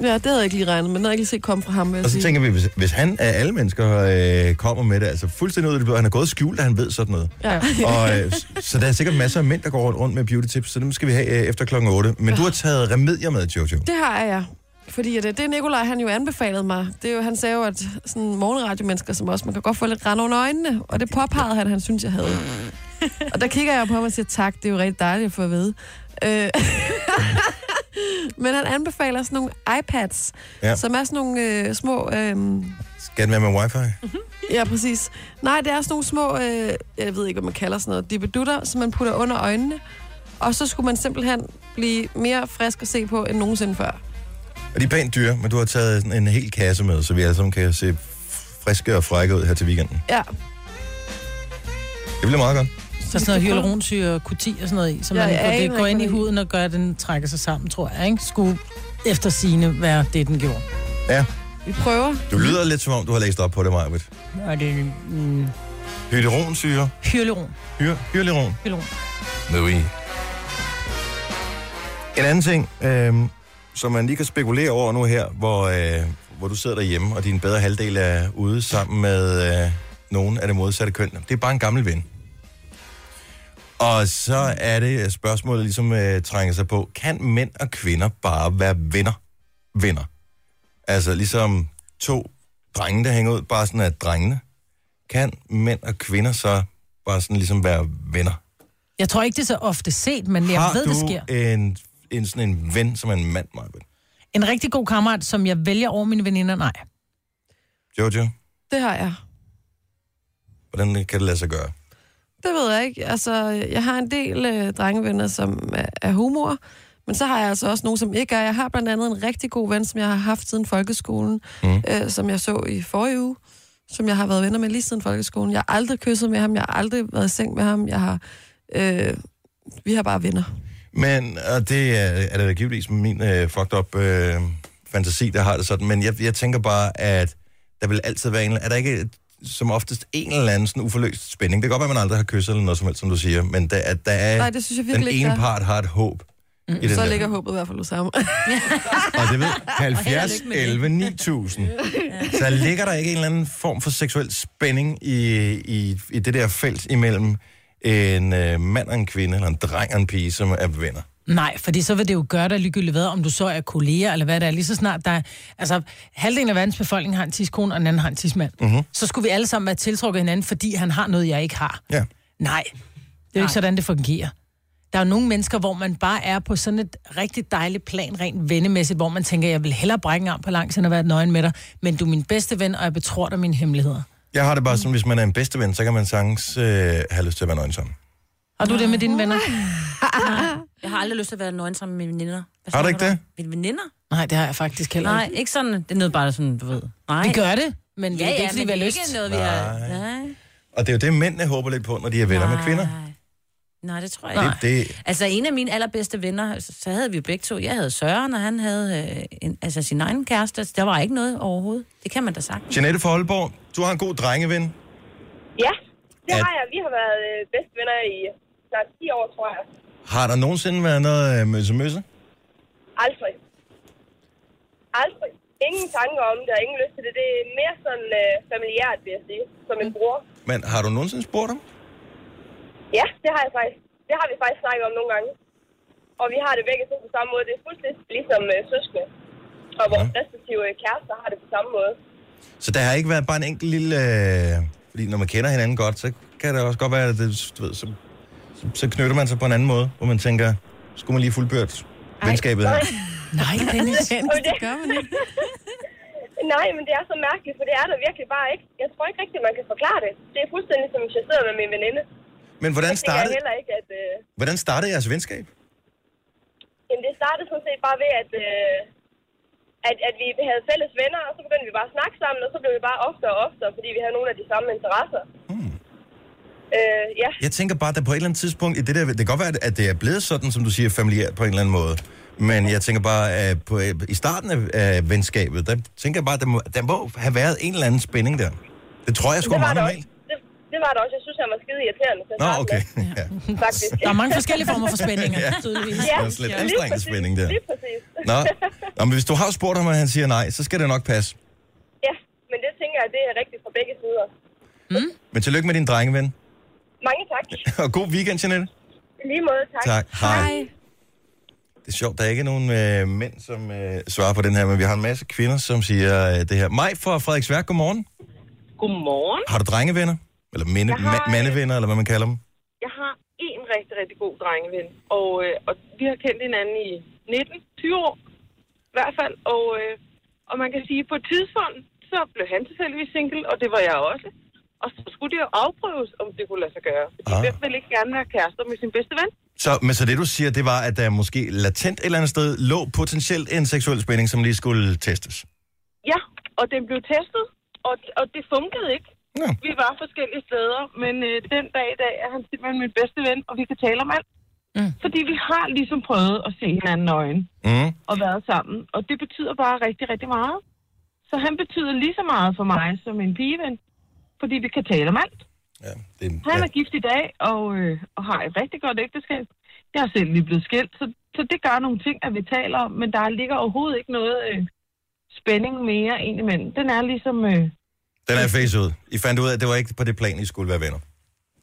E: ja, det havde jeg ikke lige regnet, men det havde jeg ikke lige set komme fra ham. vil jeg
B: Og så
E: sige.
B: tænker vi, hvis, hvis han af alle mennesker øh, kommer med det, altså fuldstændig ud af det blå, han er gået skjult, og han ved sådan noget.
E: Ja.
B: Og, øh, s- så der er sikkert masser af mænd, der går rundt, rundt med beauty tips, så dem skal vi have øh, efter klokken 8. Men du har taget remedier med, Jojo.
E: Det har jeg, fordi at, øh, det Nikolaj, han jo anbefalede mig. Det er jo, han sagde jo, at sådan morgenradiomennesker som os, man kan godt få lidt rand under øjnene, og det påpegede han, han synes, jeg havde. Og der kigger jeg på ham og siger, tak, det er jo rigtig dejligt at få at vide. Øh, Men han anbefaler sådan nogle iPads,
B: Ja.
E: ja. som er sådan nogle øh, små øh,
B: Skal den være med wifi?
E: Ja, præcis. Nej, det er sådan nogle små, øh, jeg ved ikke, hvad man kalder sådan noget, dibedutter, som man putter under øjnene. Og så skulle man simpelthen blive mere frisk at se på end nogensinde før.
B: Og de er pænt dyre, men du har taget sådan en hel kasse med, så vi alle sammen kan se friske og frække ud her til weekenden.
E: Ja,
B: Det bliver meget godt.
C: Så sådan noget hyaluronsyre, Q10 og sådan noget i, så
E: Ja,
C: man
E: jeg
C: ja,
E: aner
C: det
E: ikke,
C: går ind i
E: hvad det er.
C: huden og gør, at den trækker sig sammen, tror jeg, ikke? Skulle efter sine være det, den gjorde.
B: Ja,
E: vi prøver.
B: du lyder lidt som om, du har læst op på det, Majbet.
C: Og det mm,
B: Hyaluronsyre.
C: hyaluron.
B: Hy- hyaluron.
C: hyaluron.
B: Louis. En anden ting, øh, som man lige kan spekulere over nu her, hvor, øh, hvor du sidder derhjemme, og din bedre halvdel er ude sammen med øh, nogen af det modsatte køn. Det er bare en gammel ven. Og så er det at spørgsmålet ligesom øh, trænger sig på, kan mænd og kvinder bare være venner? Venner. Altså ligesom to drenge, der hænger ud, bare sådan at drengene. Kan mænd og kvinder så bare sådan ligesom være venner?
C: Jeg tror ikke, det er så ofte set, men jeg
B: Har
C: ved,
B: du
C: det sker.
B: En, en, sådan en ven, som er en mand, Marvin?
C: En rigtig god kammerat, som jeg vælger over mine veninder, nej.
B: Jojo,
E: Det har jeg.
B: hvordan kan det lade sig gøre?
E: Det ved jeg ikke. Altså, jeg har en del øh, drengevenner, som er, er humor, men så har jeg altså også nogen, som ikke er. Jeg har blandt andet en rigtig god ven, som jeg har haft siden folkeskolen,
B: Mm.
E: mm. øh, som jeg så i forrige uge, som jeg har været venner med lige siden folkeskolen. Jeg har aldrig kysset med ham, jeg har aldrig været i seng med ham, jeg har... Øh, vi har bare venner.
B: Men, og det er, er det da givetvis min øh, fucked up øh, fantasi, der har det sådan, men jeg, jeg tænker bare, at der vil altid være en, er der ikke som oftest en eller anden sådan uforløst spænding? Det kan godt være, man aldrig har kysset eller noget som helst, som du siger, men der, at der er,
E: Nej, det synes jeg
B: den
E: virkelig ikke,
B: ene
E: der.
B: part har et håb. Mm, i den
E: Så
B: der.
E: ligger håbet i hvert fald hos ham.
B: Og det ved 70, 11, 9000. Så ligger der ikke en eller anden form for seksuel spænding i, i, i det der felt imellem en øh, mand og en kvinde, eller en dreng og en pige, som er venner.
C: Nej, fordi så vil det jo gøre dig ligegyldigt hvad, om du så er kolleger eller hvad det er. Lige så snart der er- altså halvdelen af verdens befolkning har en tidskone, og den anden har en tidsmand.
B: Mm.
C: Mm-hmm. Så skulle vi alle sammen være tiltrukket af hinanden, fordi han har noget, jeg ikke har.
B: Ja.
C: Nej, det er jo ikke sådan, det fungerer. Der er jo nogle mennesker, hvor man bare er på sådan et rigtig dejligt plan, rent vennemæssigt, hvor man tænker, jeg vil hellere brække en arm på langs, end at være et nøgen med dig, men du er min bedste ven, og jeg betror dig mine hemmeligheder.
B: Jeg har det bare sådan, hvis man er en bedste ven, så kan man sagtens øh, have lyst til at være nøgen sammen.
C: Har du det med dine venner?
D: Jeg har aldrig lyst til at være nøgen sammen med mine veninder. Hvad
B: Har du
D: snakker
B: ikke
D: om?
B: det?
D: Mine veninder?
C: Nej, det har jeg faktisk heller
D: Nej,
C: ikke.
D: ikke sådan. Det er noget bare sådan, du ved. Nej.
C: Vi gør det, men ja,
D: ja,
C: det er
D: ja,
C: ikke, fordi
D: men
C: vi har
D: det er
C: lyst.
D: ikke noget, vi har... Nej.
B: Og det er jo det, mændene håber lidt på, når de er venner med kvinder.
D: Nej. Nej, det tror jeg
B: Det,
D: ikke.
B: det,
D: Altså, en af mine allerbedste venner, så så havde vi jo begge to. Jeg havde Søren, og han havde øh, en, altså sin egen kæreste. Altså, Der var ikke noget overhovedet. Det kan man da sagtens.
B: Jeanette fra Aalborg, du har en god drengeven.
H: Ja, det
B: At-
H: har jeg. Vi har været øh, bedste venner i snart 10 år, tror jeg.
B: Har der nogensinde været noget øh, møsse-møsse?
H: Aldrig. Aldrig. Ingen tanker om det, og ingen lyst til det. Det er mere sådan øh, familiært, vil jeg sige, som
B: Mm.
H: en bror.
B: Men har du nogensinde spurgt ham?
H: Ja, det har jeg faktisk. Det har vi faktisk snakket om nogle gange. Og vi har det begge to på samme måde. Det er fuldstændig ligesom øh, søskende. Og vores
B: Ja.
H: respektive øh, kærester har det på samme måde.
B: Så der har ikke været bare en enkelt lille... Øh, fordi når man kender hinanden godt, så kan det også godt være, at det, du ved, så, så, så knytter man sig på en anden måde, hvor man tænker, skulle man lige fuldbyrdt venskabet her?
C: Nej, Dennis.
H: Og det,
E: Gør man ikke?
H: nej, men det er så mærkeligt, for det er der virkelig bare ikke. Jeg tror ikke rigtigt, man kan forklare det. Det er fuldstændig som, hvis jeg sidder med min veninde.
B: Men hvordan
H: Det er
B: startede,
H: heller ikke, at... Øh,
B: hvordan startede jeres venskab?
H: Jamen, det startede sådan set bare ved, at, øh, at, at vi havde fælles venner, og så begyndte vi bare at snakke sammen, og så blev vi bare oftere og oftere, fordi vi havde nogle af de samme interesser.
B: Hmm.
H: Øh, ja,
B: Jeg tænker bare, at der på et eller andet tidspunkt i det der... Det kan godt være, at- at det er blevet sådan, som du siger, familiært på en eller anden måde. Men jeg tænker bare, at på, i starten af, af venskabet, der tænker jeg bare, at der må, der må have været en eller anden spænding der. Det tror jeg sgu er
H: det var
B: meget
H: der også.
B: normalt.
H: Det, det var der også. Jeg synes, han var skide irriterende. til at
B: Nå,
H: starte
B: okay.
H: med,
B: Ja.
H: Faktisk.
C: Der er mange forskellige former for spændinger, tydeligvis.
H: Ja,
B: Der er slet
H: ja.
B: ekstra
H: Lige
B: lang
H: præcis,
B: spænding der.
H: Lige præcis.
B: Nå. Nå, men hvis du har spurgt ham, og han siger nej, så skal det nok passe.
H: Ja, men det tænker jeg, det er rigtigt fra begge sider.
B: Men tillykke med din drengeven.
H: Mange tak.
B: Og god weekend, Jeanette.
H: I Lige måde, tak.
B: Tak. Hej. Det er sjovt, der er ikke nogen øh, mænd, som øh, svarer på den her, men vi har en masse kvinder, som siger øh, det her. Maj fra Frederiksværk, godmorgen.
I: Godmorgen.
B: Har du drengevenner? Eller minde,
I: Jeg har,
B: ma-
I: øh,
B: mandevenner, eller hvad man kalder dem?
I: Jeg har en rigtig, rigtig god drengeven, og, øh, og vi har kendt hinanden i 19-20 år i hvert fald. Og, øh, og man kan sige, at på et tidspunkt, så blev han tilfældigvis single, og det var jeg også. Og så skulle det jo afprøves, om det kunne lade sig gøre. Fordi
B: Ah.
I: ah. hvem vil ikke gerne være kærester med sin bedste ven?
B: Så, men så det, du siger, det var, at der måske latent et eller andet sted lå potentielt en seksuel spænding, som lige skulle testes.
I: Ja, og den blev testet, og, og det fungerede ikke.
B: Nå.
I: Vi var forskellige steder, men øh, den dag i dag er han simpelthen min bedste ven, og vi kan tale om alt. Mm. Fordi vi har ligesom prøvet at se hinanden i øjnene
B: Mm.
I: og været sammen, og det betyder bare rigtig, rigtig meget. Så han betyder lige så meget for mig som en pigeven, fordi vi kan tale om alt.
B: Ja, det,
I: Han
B: ja.
I: er gift i dag og, øh, og har et rigtig godt ægteskab. Jeg er selv lige blevet skilt, så, så det gør nogle ting, at vi taler om, men der ligger overhovedet ikke noget øh, spænding mere ind imellem. Den er ligesom, øh,
B: Den er face ud. I fandt ud af, at det var ikke på det plan, I skulle være venner.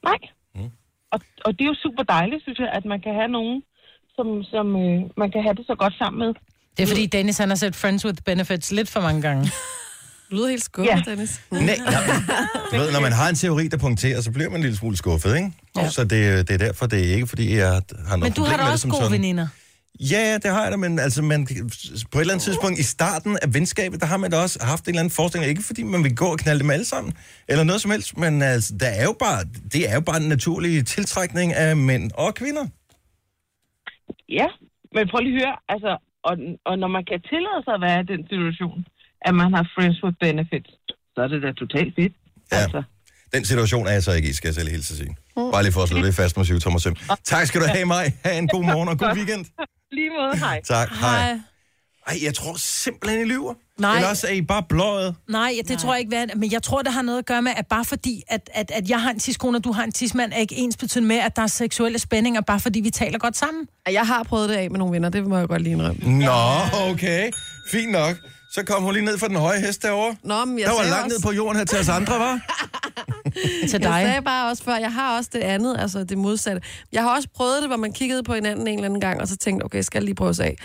I: nej. Mm. Og, og det er jo super dejligt, synes jeg, at man kan have nogen, som, som øh, man kan have det så godt sammen med.
C: Det er fordi Dennis han har set Friends with Benefits lidt for mange gange.
E: Du lyder helt skuffet, ja.
I: Ja.
E: Dennis.
B: Nej, ja, du ved, når man har en teori, der punkterer, så bliver man en lille smule skuffet, ikke? Ja. Så det, det er derfor, det er ikke, fordi jeg har noget
C: Men du har da
B: med det
C: også
B: som
C: gode
B: sådan.
C: veninder.
B: Ja, ja, det har jeg da, men altså, man, på et eller andet tidspunkt i starten af venskabet, der har man da også haft en eller anden forestilling, ikke fordi man vil gå og knalde dem alle sammen, eller noget som helst, men altså, der er jo bare, det er jo bare en naturlig tiltrækning af mænd og kvinder.
I: Ja, men prøv lige at høre, altså, og, og når man kan tillade sig at være i den situation, at man har friends with benefits, så er det da totalt fedt.
B: Ja.
I: Altså.
B: Den situation er jeg så ikke i, skal jeg selv hilse at sige. Bare lige for at slå det fast med syv tommer søm. Tak skal du have, mig. Ha' en god morgen og god weekend.
I: Lige måde, hej.
B: Tak, hej. Ej, jeg tror simpelthen, I lyver.
C: Nej.
B: Eller også er I bare bløjet.
C: Nej, det Nej. tror jeg ikke, hvad- men jeg tror, det har noget at gøre med, at bare fordi, at, at, at jeg har en tiskone, og du har en tismand, er ikke ens betydende med, at der er seksuelle spændinger, bare fordi vi taler godt sammen.
E: Ej, Jeg har prøvet det af med nogle venner, det må jeg godt lige indrømme.
B: Nå, okay. Fint nok. Så kom hun lige ned fra den høje hest derovre.
E: Nå, men jeg
B: der var
E: sagde
B: langt
E: også-
B: ned på jorden her til os andre, var?
C: Til
E: Jeg
C: dig.
E: sagde bare også før, jeg har også det andet, altså det modsatte. Jeg har også prøvet det, hvor man kiggede på hinanden en eller anden gang, og så tænkte, okay, skal jeg lige prøve af?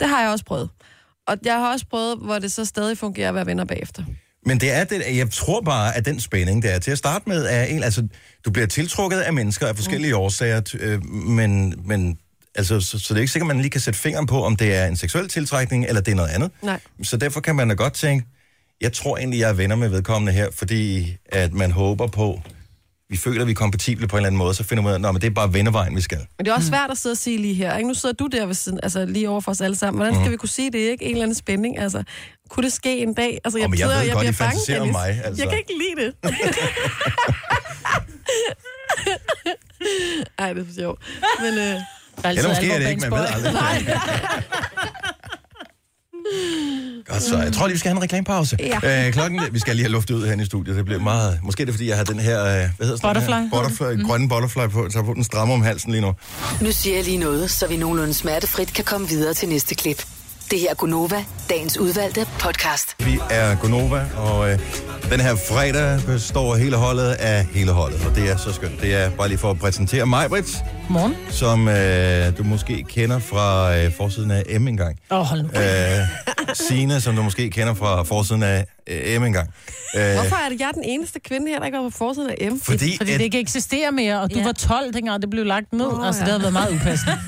E: Det har jeg også prøvet. Og jeg har også prøvet, hvor det så stadig fungerer at være venner bagefter.
B: Men det er det, jeg tror bare, at den spænding, der er til at starte med, er en, altså, du bliver tiltrukket af mennesker af forskellige mm. årsager, t- øh, men, men altså, så, så, det er ikke sikkert, at man lige kan sætte fingeren på, om det er en seksuel tiltrækning, eller det er noget andet.
E: Nej.
B: Så derfor kan man da godt tænke, jeg tror egentlig, jeg er venner med vedkommende her, fordi at man håber på, vi føler, vi er kompatible på en eller anden måde, så finder man ud af, "Nå, men det er bare vennevejen, vi skal.
E: Men det er også svært at sidde og sige lige her. Ikke? Nu sidder du der ved siden, altså lige over for os alle sammen. Hvordan
B: Mm.
E: skal vi kunne sige det? Ikke en eller anden spænding. Altså, kunne det ske en dag? Altså,
B: Åh, men jeg
E: betyder,
B: ved
E: jeg
B: godt,
E: bliver
B: I
E: bange,
B: fantaserer om
E: Dennis.
B: mig, altså.
E: Jeg kan ikke lide det. Ej, det er for sjovt. Men øh,
B: Eller måske er det ikke, man ved aldrig. Godt så. Jeg tror lige, vi skal have en reklamepause. Ja. Øh, klokken, vi skal lige have luftet ud her i studiet. Det bliver meget... Måske er det, fordi jeg har den her... øh, Hvad hedder sådan
C: Butterfly.
B: Den her? Butterfly mm. Grønne butterfly på. Så har jeg på den stramme om halsen lige nu.
A: Nu siger jeg lige noget, så vi nogenlunde smertefrit kan komme videre til næste klip. Det her er Gunova, dagens udvalgte podcast.
B: Vi er Gonova, og øh, den her fredag består hele holdet af hele holdet. Og det er så skønt. Det er bare lige for at præsentere mig, Brits,
C: Morgen.
B: som øh, du måske kender fra øh, forsiden af M engang.
C: Åh, oh, hold nu.
B: Øh, Sina, som du måske kender fra forsiden af øh, M engang. Øh,
E: hvorfor er det jeg er den eneste kvinde her, der ikke var på forsiden af M?
B: Fordi,
C: Fordi
B: at
C: det ikke eksisterer mere, og du
D: Ja.
C: var 12, dengang det blev lagt ned.
E: Åh,
C: Oh, altså,
E: ja.
C: det havde været meget upassende.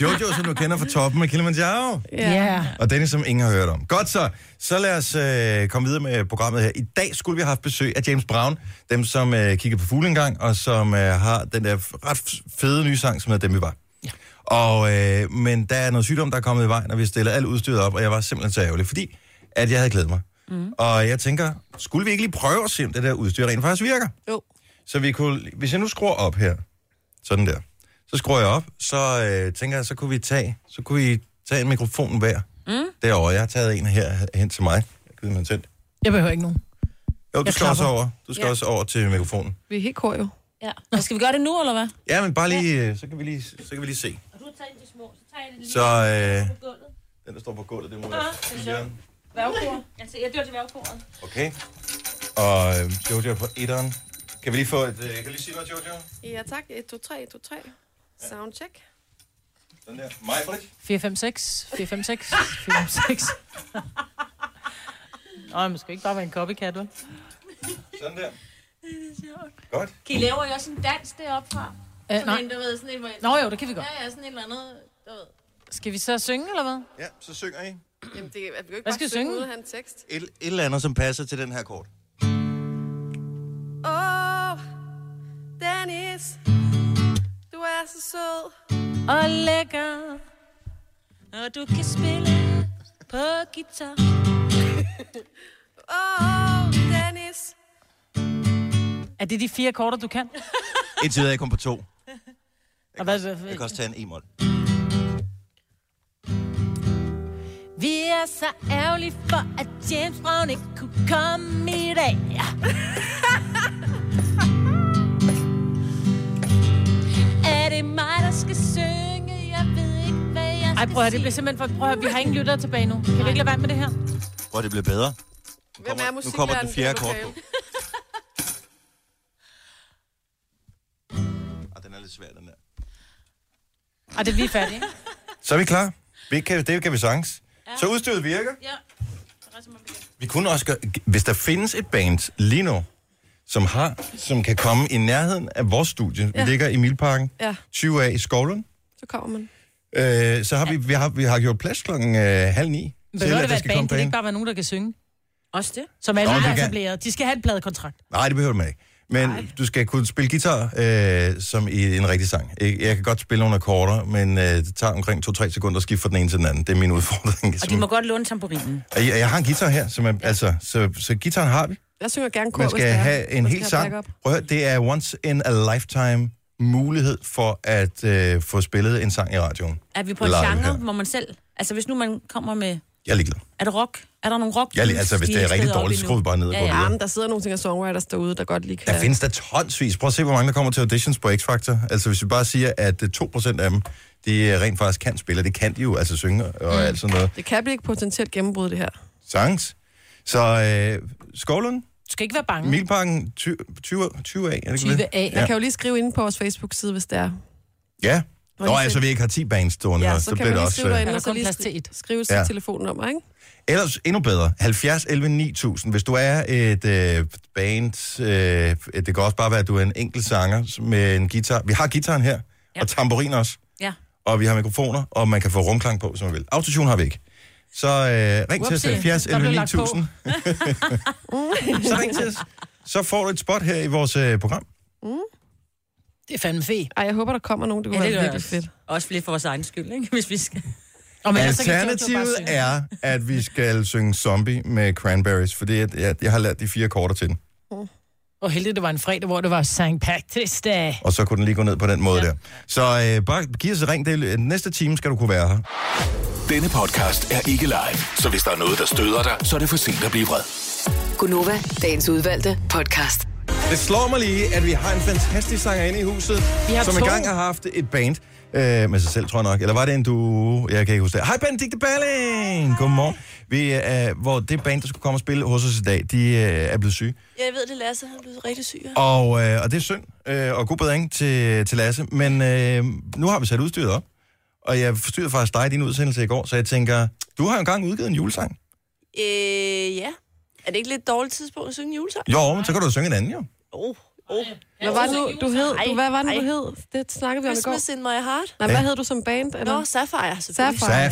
B: Jojo, som du kender fra toppen af Kilimanjaro,
C: Ja. Yeah.
B: og Dennis, som ingen har hørt om. Godt så, så lad os øh, komme videre med programmet her. I dag skulle vi have haft besøg af James Brown, dem som øh, kigger på fugle engang, og som øh, har den der ret fede nye sang, som hedder Dem vi var. Ja. Og, øh, men der er noget sygdom, der er kommet i vejen, og vi stiller alt udstyret op, og jeg var simpelthen så ærgerlig, fordi at jeg havde glædet mig. Mm. Og jeg tænker, skulle vi ikke lige prøve at se, om det der udstyr rent faktisk virker?
E: Jo.
B: Så vi kunne, hvis jeg nu skruer op her, sådan der, så skruer jeg op, så øh, tænker jeg, så kunne vi tage, så kunne vi tage en mikrofon hver. Mm. Derovre, jeg har taget en her hen til mig. Jeg gider mig en tænd.
C: Jeg behøver ikke nogen.
B: Jo, du
C: Jeg
B: skal også
C: klapper.
B: over. Du skal
D: Ja.
B: også over til mikrofonen.
E: Vi er helt kor jo.
D: Ja. Og skal vi gøre det nu, eller hvad?
B: Ja, men bare lige, øh, så kan vi lige, så kan vi lige se.
D: Du tager en de små, så tager jeg det
B: Så øh,
D: på gulvet.
B: den, der står på gulvet, det må
D: det er
B: være
D: sjovt. Værvkor. Altså, jeg dør til værvkoret.
B: Okay. Og øh, Jojo er på etteren. Kan vi lige få et... Øh, kan du lige sige noget, Jojo?
E: Ja tak. 1, 2, 3, 1, 2, 3. Soundcheck.
B: Sådan der. Mig, Britt?
C: 4, 5, 6. 4, 5, 6. 4, 5, 6. Nå, man skal ikke bare være en copycat, vel?
B: Sådan der. Godt.
D: Kan I laver jo også en dans deroppe fra?
C: Øh, nej.
D: du ved, sådan en, hvor jeg...
C: Nå jo, det kan vi godt.
D: ja, sådan et eller andet, du ved.
C: Skal vi så synge, eller hvad?
B: Ja, så synger I.
E: Jamen, det, at vi kan jo ikke
C: Hvad
E: bare
C: skal vi
E: synge
C: synge?
E: uden at have en tekst.
B: Et, et eller andet, som passer til den her kort.
E: Åh, oh, Dennis, du er så sød.
D: og lækker. Og du kan spille på guitar.
E: Åh, oh, Dennis.
C: Er det de fire korter, du kan?
B: Indtil videre, jeg kom på to.
C: Og hvad, så?
B: Jeg kan også tage en e-mol.
D: Vi er så ærgerlige for, at James Brown ikke kunne komme i dag. er det mig, der skal synge? Jeg ved ikke, hvad jeg skal
C: Ej, prøv at høre, det
D: sige.
C: bliver simpelthen for... Prøv at høre, vi har ingen lyttere tilbage nu. Kan vi ikke lade være med det her?
B: Hvor det bliver bedre. Nu
E: Hvem er
B: kommer, nu
E: musiklæreren?
B: kommer den fjerde
E: i
B: kort på.
E: lokalet?
B: Ah, den er lidt svær, den der.
C: Ej, det er vi færdige, ikke?
B: Så er vi klar. Vi kan, det kan vi sangs. Så udstyret virker.
D: Ja.
B: Vi kunne også gøre, hvis der findes et band lige nu, som, har, som kan komme i nærheden af vores studie. Ja.
E: Ja.
B: Vi ligger i Milparken,
E: Ja.
B: 20 af i Skovlund.
E: Så kommer man.
B: Øh, så har vi, vi, har, vi har gjort plads klokken øh, halv ni.
C: Men
B: til,
C: behøver
B: at
C: det
B: der
C: være et
B: skal
C: band?
B: komme
C: Kan det ikke
B: band.
C: bare være nogen, der kan synge?
D: Også det.
C: Som alle
B: Nå, men
C: har
B: det kan-
C: etableret. De skal have en pladekontrakt.
B: Nej, det behøver man ikke. Men Nej. du skal kunne spille guitar øh, som i en rigtig sang. Jeg, jeg kan godt spille nogle akkorder, men øh, det tager omkring 2-3 sekunder at skifte fra den ene til den anden. Det er min udfordring.
D: Og
B: som-
D: de må godt låne tamburinen.
B: Og Jeg, jeg har en guitar her, som er, altså, så, så guitaren har vi.
E: Jeg synger gerne kor,
B: Man
E: hvis
B: skal
E: det er.
B: have en
E: Man
B: hel
E: skal
B: sang.
E: backup.
B: Prøv at høre, det er once in a lifetime mulighed for at øh, få spillet en sang i radioen.
D: Er vi på en
B: Live
D: genre,
B: her.
D: hvor man selv... Altså, hvis nu man kommer med...
B: Jeg er ligeglad.
D: Er det rock? Er der nogle rock?
B: Jeg er, lige- altså, hvis det er rigtig dårligt, så skruer vi bare ned og
D: Ja,
B: går
D: ja.
E: Ja,
B: videre.
E: men der sidder nogle ting af songwriters derude, der godt lige kan...
D: Øh.
B: Der findes der tonsvis. Prøv at se, hvor mange der kommer til auditions på X-Factor. Altså, hvis vi bare siger, at øh, 2% af dem, de øh, rent faktisk kan spille, og det kan de jo, altså synge og mm. alt sådan noget.
E: Det kan blive et potentielt gennembrud, det her.
B: Sangs. Så øh, Skovlund,
C: Du skal ikke være bange.
B: Milparken, 20, 20, 20 af, er det ikke
C: 20
B: det?
C: af.
E: Man
B: Ja.
E: kan jo lige skrive inde på vores Facebook-side, hvis det er.
B: Ja.
E: de
B: Nå, altså,
E: selv-
B: vi ikke har 10 bands stående her,
E: Ja,
B: så
E: så kan
B: bliver
E: man
B: det
E: lige
B: også...
E: skrive
B: øh,
E: derinde, og
C: Er der
E: så
C: kun
E: lige
C: plads til
E: skrive,
C: et?
E: skrive sit
B: Ja.
E: telefonnummer, ikke?
B: Ellers endnu bedre, 70 11 9000. Hvis du er et øh, band, øh, det kan også bare være, at du er en enkelt sanger med en guitar. Vi har gitaren her, ja. og tamburin også,
D: Ja.
B: og vi har mikrofoner, og man kan få rumklang på, som man vil. Autotune har vi ikke. Så øh, ring til os
C: Whoopsie,
B: 70
C: der blev
B: 11
C: lagt
B: 9000.
E: Mm.
B: Så ring til os. Så får du et spot her i vores øh, program.
C: Det er fandme fe.
E: Mm. Ej, jeg håber, der kommer nogen. Det
D: Ja,
E: kunne
D: det
E: ja,
D: er
E: være virkelig
D: virkelig
E: fedt.
D: fedt. Også lidt for vores egen skyld, ikke? Hvis vi skal.
C: Og men ellers så kan Jojo bare
B: Alternativet
C: synge.
B: er, at vi skal synge Zombie med Cranberries, fordi at, jeg, jeg har lært de fire korter til den.
C: Og heldigt, det var en fredag, hvor det var St. Patrick's Day.
B: og så kunne den lige gå ned på den måde ja. der. Så øh, bare giv os et ring. Det er, øh, næste time skal du kunne være her.
F: Denne podcast er ikke live, så hvis der er noget, der støder dig, så er det for sent at blive vred.
J: Mm.
A: Gunova, dagens udvalgte podcast.
B: Det slår mig lige, at vi har en fantastisk sanger inde i huset,
C: har
B: som
C: to.
B: engang har haft et band øh, med sig selv, tror jeg nok. Eller var det en duo? Jeg kan ikke huske det. Hej, Benedikte Balling! Godmorgen. Vi, øh, hvor det band, der skulle komme og spille hos os i dag, de øh, er blevet syge.
K: Jeg ved det, Lasse. Han er blevet rigtig syg.
B: Og, øh, og det er synd, øh, og god bedring til, til Lasse. Men øh, nu har vi sat udstyret op, og jeg forstyrrede faktisk dig i din udsendelse i går, så jeg tænker, du har jo engang udgivet en julesang.
K: Øh, ja. Er det ikke lidt dårligt tidspunkt at synge julesang?
B: Jo, men så kan du jo synge en anden, jo.
K: Oh, oh.
E: Hvad var det nu, du hed? Du, hvad var det, nu, du
K: Ej.
E: hed? Det snakkede vi om i går.
K: Christmas in my heart.
E: Nej, hvad hed du som band? Eller?
K: Nå, Sapphire, selvfølgelig.
E: Sapphire.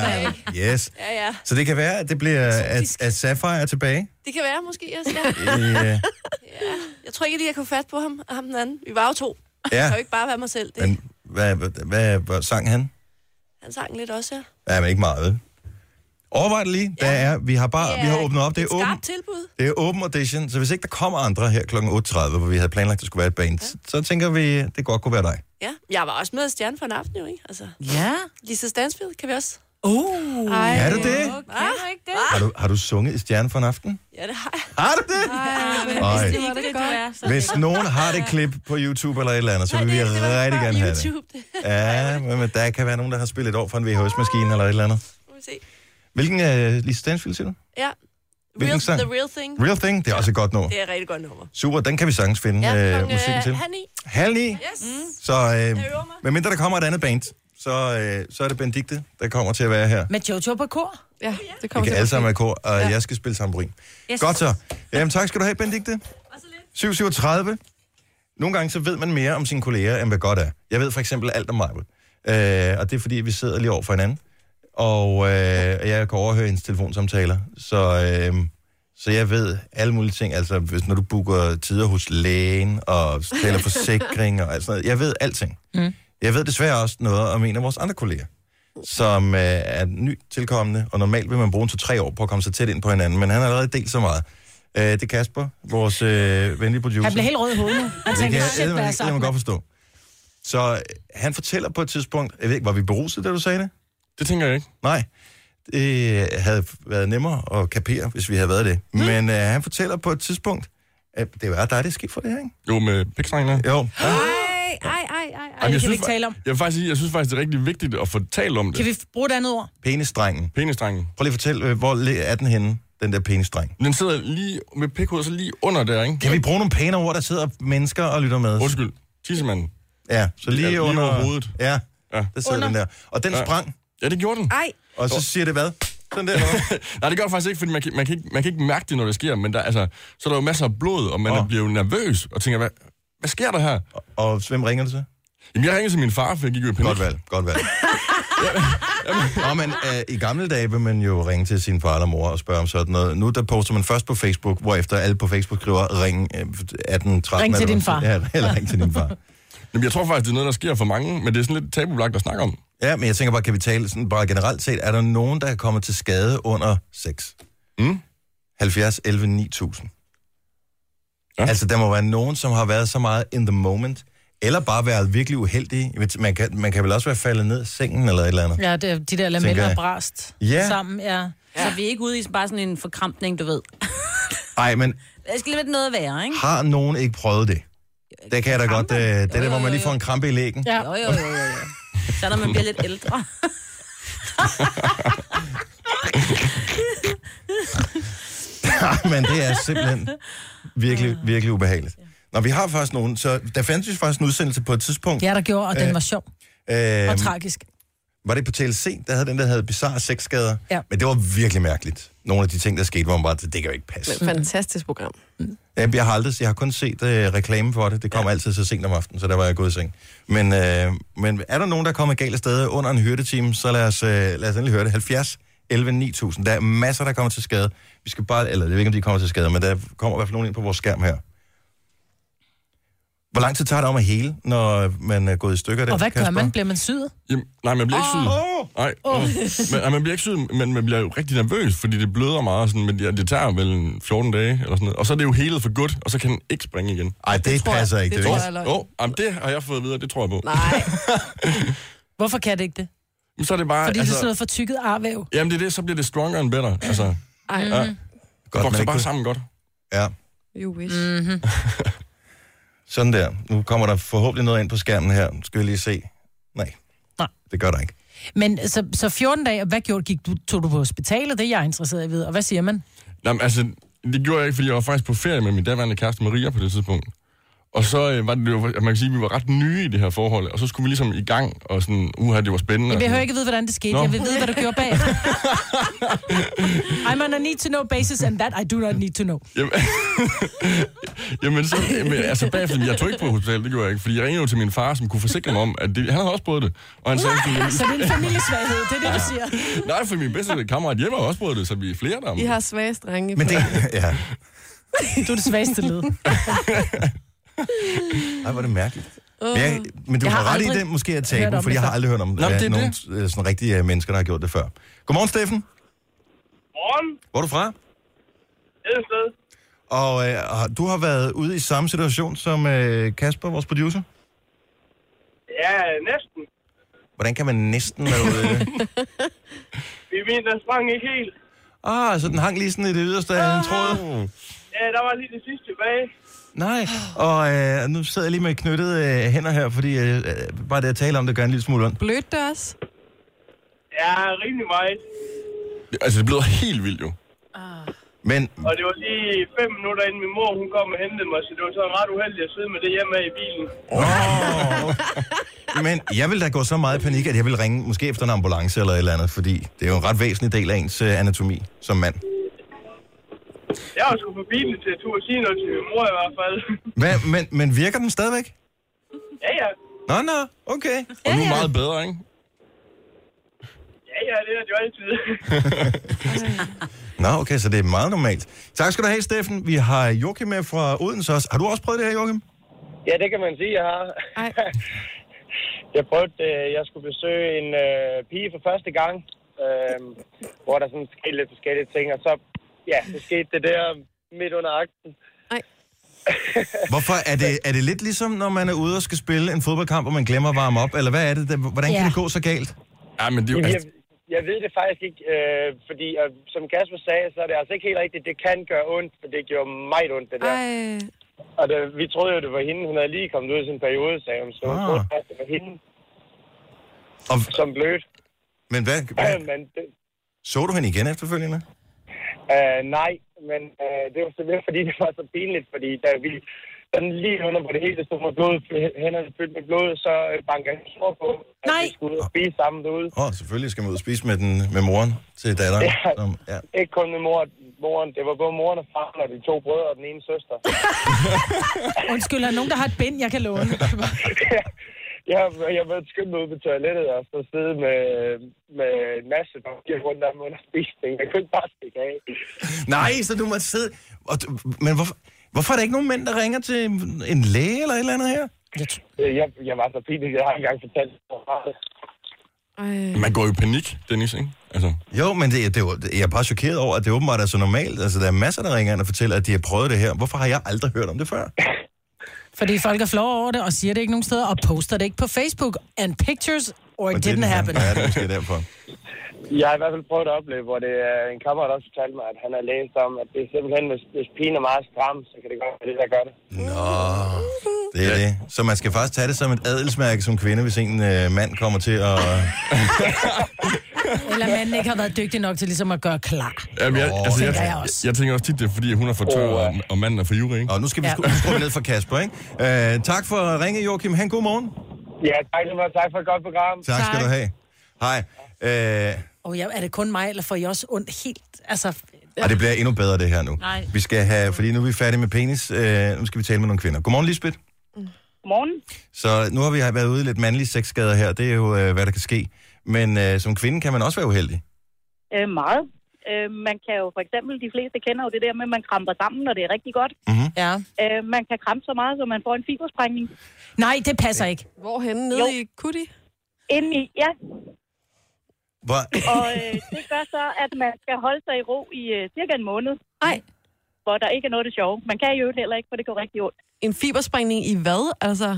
B: Sapphire. Yes.
K: Ja, ja.
B: Så det kan være, at det bliver, at, at Sapphire er tilbage.
K: Det kan være, måske. Jeg, ja.
B: Øh,
K: jeg tror ikke lige, jeg kunne fat på ham og ham den anden. Vi var jo to. Jeg
B: ja,
K: kan jo ikke bare være mig selv. Det,
B: men hvad, hvad, hvad, hvad sang han?
K: Han sang lidt også, ja.
B: Ja, men ikke meget, vel? Overvej det lige. Der er, vi har bare, Ah, vi har åbnet op. Det er
K: et skarpt
B: åbent.
K: tilbud.
B: Det er åben audition, så hvis ikke der kommer andre her kl. 8.30, hvor vi havde planlagt, at det skulle være et band, ja. så tænker vi, det godt kunne være dig.
K: Ja. Jeg var også med stjerne for en aften, jo, ikke? Altså,
D: Ja.
K: Lisa Stansfield kan vi også.
E: Ej,
B: Er du det?
D: Okay, ah, ikke det?
B: Har du, har du sunget i Stjerne for en aften?
K: Ja, det har jeg.
B: Har du det? Ej,
D: Det er ikke det, du er.
K: Altså,
D: Så
B: hvis nogen har det klip på YouTube eller et eller andet, så vil vi
K: det var
B: rigtig
K: før
B: gerne have det.
K: YouTube. det.
B: Ja, men men der kan være nogen, der har spillet et år for en VHS-maskine eller et eller andet.
K: Må vi se.
B: Hvilken uh, Lise Stansfield siger du?
K: Ja.
B: Hvilken
K: Real,
B: sang?
K: The Real Thing.
B: Real Thing, det er også et godt nummer.
K: Det er et rigtig godt nummer.
B: Super, den kan vi sagtens finde ja, øh,
K: klokken,
B: musikken til.
K: halv ni.
B: Halv ni.
K: Yes.
B: Så øh,
K: øver mig.
B: medmindre der kommer et andet band, så, øh, så er det Benedikte, der kommer til at være her.
C: Med Jojo på kor.
E: Ja, det
B: Vi
E: kommer
B: kan
E: til
B: alle
E: at
B: sammen være i kor, og ja. jeg skal spille tamburin. Yes. Godt så. Jamen, tak skal du have, Benedikte. 737. Nogle gange så ved man mere om sine kolleger, end hvad godt er. Jeg ved for eksempel alt om mig. Øh, og det er fordi, vi sidder lige over for hinanden. og øh, jeg kan overhøre hendes telefonsamtaler. Så, øh, så jeg ved alle mulige ting. Altså, hvis, når du booker tider hos lægen, og taler forsikring og alt sådan noget. Jeg ved alting.
J: Mm.
B: Jeg ved desværre også noget om en af vores andre kolleger, som øh, er ny tilkommende, og normalt vil man bruge en to-tre år på at komme så tæt ind på hinanden, men han har allerede delt så meget. Øh, det er Kasper, vores øh, venlige producer.
C: Han blev helt rød i hovedet nu. Han
B: Det
C: tænker,
B: kan
C: shit,
B: jeg
C: hvad er
B: det kan man godt
C: sagt?
B: forstå. Så øh, han fortæller på et tidspunkt, jeg ved ikke, var vi beruset, da du sagde det? Det tænker jeg ikke. Nej. Det øh, havde været nemmere at kapere, hvis vi havde været det. Mm. Men øh, han fortæller på et tidspunkt, at det var dig, det er sket for det her, ikke?
J: Jo, med pikstrengene.
B: Jo.
J: Ja.
C: Ej, ej, ej, ej, ej.
J: Jamen,
C: Det
J: jeg
C: kan vi
J: synes
C: ikke
J: fa-
C: tale om.
J: Jeg, vil faktisk, sige, jeg synes faktisk, det er rigtig vigtigt at få talt om det.
C: Kan vi f- bruge et andet ord?
B: Penestrengen.
J: Penestrengen.
B: Prøv lige at fortælle, øh, hvor le- er den henne, den der penestreng?
J: Den sidder lige med pikhovedet så lige under der, ikke?
B: Kan vi bruge nogle pæne ord, der sidder mennesker og lytter med?
J: Undskyld. Tissemanden.
B: Ja, så lige,
J: Ja, lige
B: under...
J: over hovedet.
B: Ja, ja. der sidder
J: Under.
B: den der. Og den
J: Ja.
B: sprang.
J: Ja, det gjorde den.
K: Ej.
B: Og så siger det hvad? Sådan der.
J: Nej, det gør det faktisk ikke, fordi man kan, man, kan ikke, man kan ikke mærke det, når det sker, men der, altså, så er der jo masser af blod, og man oh. bliver jo nervøs og tænker, hvad, hvad sker der her? Og,
B: og hvem ringer du til?
J: Jamen, jeg ringer til min far, for jeg gik jo i panik. Godt
B: valg, godt valg. Nå, men øh, i gamle dage vil man jo ringe til sin far eller mor og spørge om sådan noget. Nu der poster man først på Facebook, hvorefter alle på Facebook skriver, ring øh, 18, 13...
C: Ring til
B: eller
C: din
B: hvad man siger.
C: far.
B: Ja, eller ring til din far.
J: Jamen, jeg tror faktisk, det er noget, der sker for mange, men det er sådan lidt tabubelagt at snakke om.
B: Ja, men jeg tænker bare, kan vi tale sådan bare generelt set, er der nogen, der er kommet til skade under sex?
J: Mm.
B: 70, 11, 9000. Ja. Altså, der må være nogen, som har været så meget in the moment, eller bare været virkelig uheldige. Jeg ved- Man kan, man kan vel også være faldet ned i sengen eller et eller andet.
C: Ja, det, er de der
B: Tænker
C: lameller
B: jeg.
C: og brast
B: Ja.
C: sammen, ja.
D: Så vi er ikke ude i bare sådan en forkrampning, du ved.
B: Nej, men
D: Der skal lige være noget værre, ikke?
B: har nogen ikke prøvet det? Det kan jeg da godt. Øh, det er der, hvor man lige får en krampe i lægen.
D: Ja. Jo, jo, jo, jo, jo. Så når man bliver lidt ældre.
B: Nej, men det er simpelthen virkelig, virkelig ubehageligt. Nå, vi har faktisk nogen, så der fandtes faktisk en udsendelse på et tidspunkt.
C: Ja, der gjorde, og den
B: Øh,
C: var sjov
B: øh,
C: og tragisk.
B: Var det på TLC, der havde den, der havde bizarre sexskader?
C: Ja.
B: Men det var virkelig mærkeligt. Nogle af de ting, der skete, hvor man bare, det kan jo ikke passe.
E: Men fantastisk program.
B: Jamen, Jeg har aldrig, jeg har kun set øh, reklame for det. Det kom ja. altid så sent om aftenen, så der var jeg gået i seng. Men, øh, men er der nogen, der kommer galt af sted under en hyrdetime, så lad os, øh, lad os endelig høre det. 70 11 9000. Der er masser, der kommer til skade. Vi skal bare, eller jeg ved ikke, om de kommer til skade, men der kommer i hvert fald nogen ind på vores skærm her. Hvor lang tid tager det om at hele, når man er gået i stykker?
C: Og hvad gør man? Bliver man syet?
J: Jamen, nej, man bliver ikke syet.
C: Åh!
J: Nej,
C: Åh.
J: oh. man, nej, man bliver ikke syet, men man bliver jo rigtig nervøs, fordi det bløder meget, og sådan, men det, det tager vel en 14 dage, eller sådan noget. Og så er det jo helet for godt, og så kan den ikke springe igen.
B: Nej, det, det passer ikke.
J: Det,
B: er
J: det,
B: jo
J: tror jeg, oh, jamen, det har jeg fået videre, det tror jeg på.
C: Hvorfor kan det ikke det?
J: Men så er det bare... altså-
C: Fordi det er sådan noget fortykket arvæv.
J: Jamen, det er det, så bliver det stronger and better. Altså,
C: Ej.
J: ja.
C: Mhm.
J: Godt,
B: man
J: det vokser
B: ikke
J: bare
B: kunne-
J: sammen godt.
B: Ja,
E: You wish.
C: Mm-hmm.
B: sådan der. Nu kommer der forhåbentlig noget ind på skærmen her. Skal vi lige se? Nej,
C: Nej.
B: det gør der ikke.
C: Men så, så 14 dage, og hvad gjorde, gik du, tog du på hospitalet? Det er jeg interesseret i at vide. Og hvad siger man?
J: Nej, men altså, det gjorde jeg ikke, fordi jeg var faktisk på ferie med min daværende kæreste Maria på det tidspunkt. Og så øh, var det jo, at man kan sige, at vi var ret nye i det her forhold, og så skulle vi ligesom i gang, og sådan, uha, det var spændende.
C: Jeg
J: og
C: behøver
J: sådan.
C: ikke vide, hvordan det skete.
J: Nå.
C: Jeg vil vide, hvad du gjorde bag. I'm on a need to know basis, and that I do not need to know.
J: Jamen, jamen så, jamen, altså bagefter, jeg tog ikke på hospitalet, det gjorde jeg ikke, fordi jeg ringede jo til min far, som kunne forsikre mig om, at det, han havde også prøvet det. Og han sagde, sådan,
C: Ah, Så det er en familiesvaghed, det er det, du siger.
J: nej, for min bedste kammerat hjemme har også prøvet det, så vi er flere der. om
E: I
J: det."
E: har svage strenge.
B: Men det, ja.
C: Du er det svageste led.
B: Ej, hvor er det mærkeligt. Men, jeg, men du
C: Øh, Jeg
B: har,
C: har
B: ret i
C: aldrig
B: det måske at
C: hørt
B: tabe,
C: om
B: fordi
C: det
B: jeg har
C: før.
B: aldrig hørt om
J: Nå, men det
B: øh,
J: er
B: nogen
J: det.
B: øh, sådan rigtige øh, mennesker, der har gjort det før. Godmorgen, Steffen.
G: Morgen.
B: Hvor er du fra?
G: Edsted.
B: Og øh, har- du har været ude i samme situation som øh, Kasper, vores producer.
G: Ja, næsten.
B: Hvordan kan man næsten være ude?
G: Vi mente, der sprang ikke helt.
B: ah, så den hang lige sådan i det yderste af en tråd.
G: Ja, der var lige det sidste tilbage.
B: Nej, og øh, nu sidder jeg lige med knyttede øh, hænder her, fordi øh, øh, bare det at tale om det gør en lille smule ondt.
E: Blødt det også?
G: Ja, rimelig meget.
J: Altså, det blev helt vildt jo.
B: Men
G: Og det var lige fem minutter inden min mor, hun kom og hentede mig, så det var sådan ret uheldigt at sidde med det hjemme i bilen.
B: Men jeg vil da gå så meget i panik, at jeg vil ringe måske efter en ambulance eller et eller andet, fordi det er jo en ret væsentlig del af ens øh, anatomi som mand.
G: Jeg var sgu på bilen til at turde sige noget til min mor i hvert fald.
B: Hvad, men, men virker den stadigvæk?
G: ja, ja.
B: Nå, nå, okay.
J: Og nu er meget bedre, ikke?
G: Ja, ja, det er det jo altid.
B: Nå, okay, så det er meget normalt. Tak skal du have, Steffen. Vi har Joachim med fra Odense også. Har du også prøvet det her, Joachim?
L: Ja, det kan man sige, jeg har. jeg prøvede, øh, jeg skulle besøge en øh, pige for første gang, øh, hvor der sådan skete lidt forskellige ting, og så, ja, så skete det der midt under akten.
B: Hvorfor? Er det, er det lidt ligesom, når man er ude og skal spille en fodboldkamp, og man glemmer at varme op? Eller hvad er det? der- Hvordan kan
L: Ja.
B: det gå så galt? Altså, Ja, men
L: Jamen, jeg, jeg ved det faktisk ikke, øh, fordi øh, som Kasper sagde, så er det altså ikke helt rigtigt, det kan gøre ondt, for det gjorde meget ondt, det der.
E: Ej.
L: Og det, vi troede jo, det var hende, hun havde lige kommet ud i sin periode, sagde hun, så hun
B: Ah.
L: troede faktisk, det var hende,
B: Og,
L: som blødt.
B: men hvad,
L: Ja,
B: hvad,
L: men det,
B: så du hende igen efterfølgende?
L: Øh, nej, men øh, det var simpelthen, fordi det var så pinligt, fordi da vi sådan lige under på det hele stod med blod, hænderne fyldt med blod, så øh, banker han snor på, at nej. vi skulle ud og spise sammen derude.
B: Åh, oh, selvfølgelig skal man ud og spise med, den, med moren til datteren.
L: Ja.
B: Som, ja.
L: Ikke kun med mor, moren, det var både moren og faren og de to brødre og den ene søster.
C: Undskyld, er der nogen, der har et bind, jeg kan låne?
L: Jeg, jeg var skyndt mig ud på toilettet og så sidde med, med en masse, der gik rundt om under spisningen. Jeg kunne ikke bare stikke af.
B: Nej, så du må sidde... Og, du- men hvorfor, hvorfor er der ikke nogen mænd, der ringer til en læge eller et eller andet her?
L: Øh, Jeg, jeg var så pinlig, jeg har ikke engang fortalt, hvor meget.
B: Man går i panik, Dennis, ikke? Altså. Jo, men det, det, er jo- jeg er bare chokeret over, at det åbenbart er så normalt. Altså, der er masser, der ringer ind og fortæller, at de har prøvet det her. Hvorfor har jeg aldrig hørt om det før?
C: Fordi folk er flove over det, og siger det ikke nogen steder, og poster det ikke på Facebook. And pictures, or it didn't happen.
B: Ja, det er måske derfor.
L: Jeg har i hvert fald prøvet at opleve, hvor det er en kammerat også fortalte mig, at han har læst om, at det er simpelthen, hvis, hvis pigen er meget stram, så kan det godt være det, der gør det.
B: Nå, det er det. Så man skal faktisk tage det som et adelsmærke som kvinde, hvis en øh, mand kommer til at...
C: Eller manden ikke har været dygtig nok til ligesom at gøre klar.
J: Jamen, jeg, altså, jeg,
C: tænker jeg
J: jeg, jeg, jeg tænker også tit, det er, fordi hun er for tør, og, og manden er for jury, ikke?
B: Og nu skal vi
J: ja.
B: sku, nu skruer vi ned for Kasper, ikke? Øh, tak for at ringe, Joachim. Han, god morgen.
L: Ja, tak, og tak for et godt program.
B: Tak, tak. skal du have. Hej. Øh,
C: Og jeg, er det kun mig, eller får I også ondt helt? Altså,
B: og det bliver endnu bedre, det her nu.
C: Nej.
B: Vi skal have, fordi nu er vi færdige med penis. Øh, nu skal vi tale med nogle kvinder. Godmorgen, Lisbeth.
M: Morgen.
B: Så nu har vi været ude i lidt mandlige sexskader her. Det er jo, øh, hvad der kan ske. Men øh, som kvinde kan man også være uheldig.
M: Øh, meget. Øh, man kan jo for eksempel, de fleste kender jo det der med, at man kramper sammen, når det er rigtig godt.
B: Mm-hmm.
C: Ja.
M: Øh, man kan krampe så meget, så man får en fibersprængning.
C: Nej, det passer ikke.
M: Hvorhenne? Nede jo. i kutti? Inde i, ja.
B: Hvor...
M: Og øh, det gør så, at man skal holde sig i ro i øh, cirka en måned. Nej. Hvor der ikke er noget det sjove. Man kan jo heller ikke, for det går rigtig ondt.
E: En fibersprængning i hvad, altså?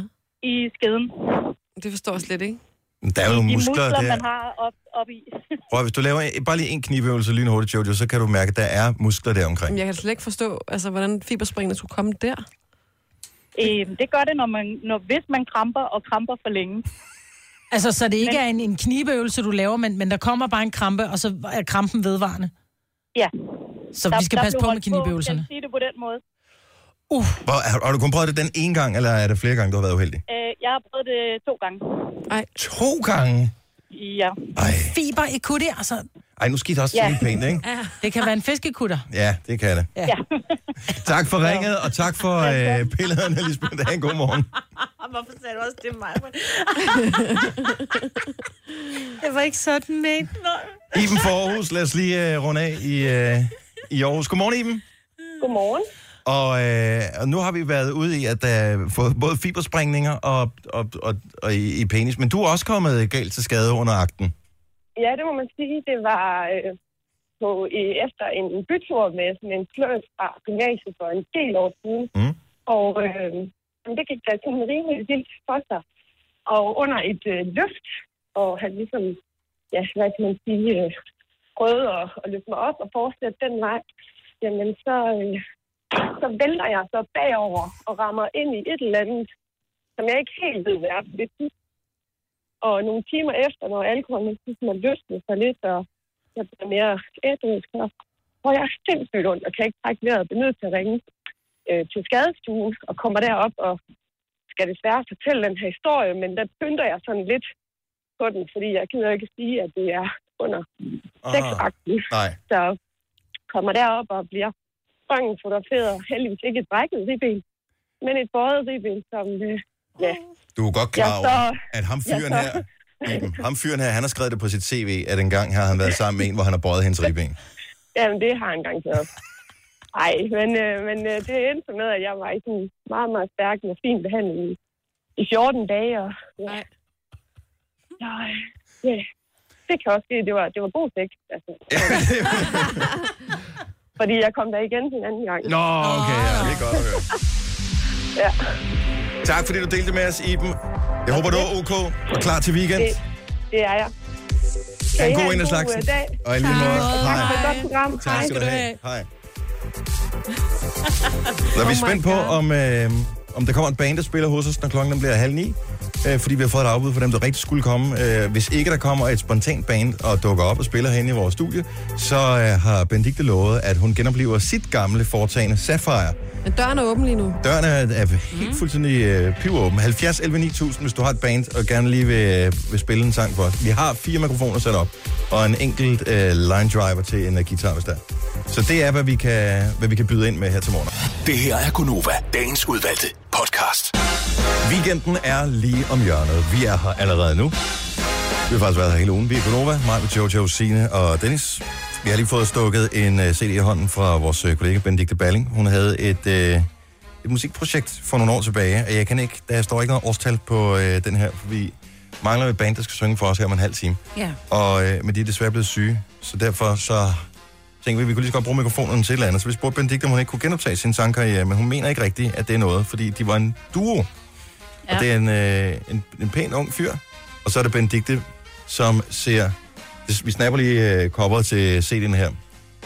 M: I skeden.
E: Det forstår jeg slet ikke.
B: Der er jo
M: de
B: muskler,
M: muskler
B: der.
M: man har op, op i.
B: Prøv, at- hvis du laver en, bare lige en knivøvelse lynhurtigt, Jojo, så kan du mærke, at der er muskler der omkring.
E: Jamen, jeg kan slet ikke forstå, altså, hvordan fibersprængene skulle komme der.
M: Øh, det gør det, når man, når, hvis man kramper og kramper for længe.
C: Altså, så det ikke er en, en knibeøvelse, du laver, men, men der kommer bare en krampe, og så er krampen vedvarende.
M: Ja.
C: Så vi skal passe
M: blev
C: på med
M: holdt
C: knibeøvelserne.
M: Skal vi sige det på den måde?
B: Hvor, har, har du kun prøvet det den ene gang, eller er det flere gange, du har været uheldig?
M: Øh, jeg har prøvet det to gange.
E: Nej.
B: To gange?
M: Ja.
B: Ej.
C: Fiber i kutte, altså.
B: Ej, nu skal I da også ja. tænke pænt, ikke?
C: Ja. Det kan være en fiskekutter.
B: Ja, det kan det.
C: Ja.
B: Tak for ringet, og tak for øh, billederne, Lisbeth. Ha' en god morgen.
K: Hvorfor sagde du også det er mig?
C: det var ikke sådan, men...
B: Iben fra Aarhus, lad os lige øh, runde af i, øh, i Aarhus. Godmorgen, Iben.
M: Godmorgen.
B: Og, øh, og nu har vi været ude i, at der er fået både fibersprængninger og, og, og, og i, i penis, men du er også kommet øh, galt til skade under akten.
H: Ja, det må man sige. Det var øh, på, øh, efter en bytur med sådan en fløjt fra gymnasiet for en del år siden.
B: Mm.
H: Og øh, jamen, det gik da sådan rimelig vildt for sig. Og under et øh, løft, og han ligesom, ja, hvad kan man sige, øh, prøvede at, at løfte mig op og fortsætte den vej, jamen så, øh, så vælter jeg så bagover og rammer ind i et eller andet, som jeg ikke helt ved, hvad er. Det er og nogle timer efter, når alkoholen ligesom har løsnet sig lidt, og jeg bliver mere ædru, så får jeg sindssygt ondt, og kan ikke trække vejret, bliver nødt til at ringe øh, til skadestuen, og kommer derop og skal desværre fortælle den her historie, men der pynter jeg sådan lidt på den, fordi jeg gider ikke sige, at det er under sexakten.
B: Nej.
H: Så kommer derop og bliver bangen fotograferet, heldigvis ikke et brækket ribben, men et bøjet ribben, som øh, ja,
B: Du er godt
H: Jeg
B: klar
H: er
B: over,
H: så-
B: at ham
H: jeg er
B: fyren
H: så-
B: her, Iben. Ham fyren her, han har skrevet det på sit CV, at engang har han været sammen med en, hvor han har bøjet hendes ribben.
H: Jamen, det har han garanteret. Ej, men, øh, men øh, det endte så med, at jeg var i sådan meget, meget stærk og fin behandling i, i 14 dage. Og, ja. Nej. Ja. Det kan også ske. Det var, det var god sex. Altså. Fordi jeg kom der igen en anden gang.
B: Nå, okay, ja, det er godt at høre.
H: Ja.
B: Tak fordi du delte med os, Iben. Jeg håber, du er ok og klar til weekend.
H: Det, det er jeg.
B: Ha' en
H: Kan I
B: god
H: have
B: en af
H: god,
B: slagsen.
H: øh, dag.
B: Og i lige måde.
H: Tak
B: Hej.
H: for et godt program.
B: Tak skal du have. Hej. Så er
H: Oh
B: vi
H: my
B: spændt på, om, øh, om der kommer en band, der spiller hos os, når klokken den bliver halv ni. Øh, fordi vi har fået et afbud for dem, der rigtig skulle komme. Øh, hvis ikke der kommer et spontant band og dukker op og spiller herinde i vores studie, så øh, har Benedikte lovet, at hun genoplever sit gamle foretagende Sapphire.
E: Men døren er åben lige nu.
B: Døren er, er helt fuldstændig øh, pivåben. 70 11 9000, hvis du har et band og gerne lige vil, øh, vil spille en sang for os. Vi har fire mikrofoner sat op, og en enkelt øh, line driver til en øh, guitar, hvis der. er. Så det er, hvad vi, kan, hvad vi kan byde ind med her til morgen.
F: Det her er Gunova, dagens udvalgte podcast.
B: Weekenden er lige om hjørnet. Vi er her allerede nu. Vi har faktisk været her hele ugen. Vi er Gunova, mig med Jojo, Signe og Dennis. Vi har lige fået stukket en øh, CD i hånden fra vores øh, kollega Benedikte Balling. Hun havde et, øh, et musikprojekt for nogle år tilbage, og jeg kan ikke, der står ikke noget årstal på øh, den her, for vi mangler et band, der skal synge for os her om en halv time.
D: Ja.
B: Og, øh, men de er desværre blevet syge, så derfor så tænkte vi, at vi kunne lige så godt bruge mikrofonen til et eller andet. Så vi spurgte Benedikte, om hun ikke kunne genoptage sin sangkarriere, men hun mener ikke rigtigt, at det er noget, fordi de var en duo. Ja. Og det er en, øh, en, en pæn ung fyr, og så er det Benedikte, som ser... Vi snapper lige øh, coveret til CD'en her,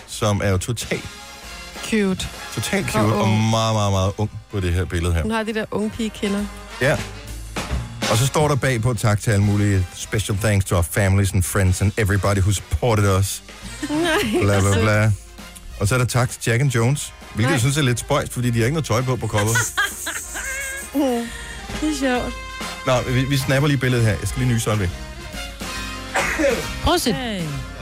B: som er jo totalt
E: Cute.
B: total cute
E: Og
B: og,
E: ung.
B: og meget, meget, meget ung på det her billede her.
E: Hun har de der unge pige kinder.
B: Ja. Og så står der bag på tak til alle mulige special thanks to our families and friends and everybody who supported us.
E: Nej.
B: Bla, bla, bla. Og så er der tak til Jack and Jones, hvilket
E: Nej.
B: jeg synes er lidt spøjst, fordi de har ikke noget tøj på på coveret.
D: Det er sjovt.
B: Nå, vi, vi snapper lige billedet her. Jeg skal lige nyse, Solvig.
C: Prøv at se.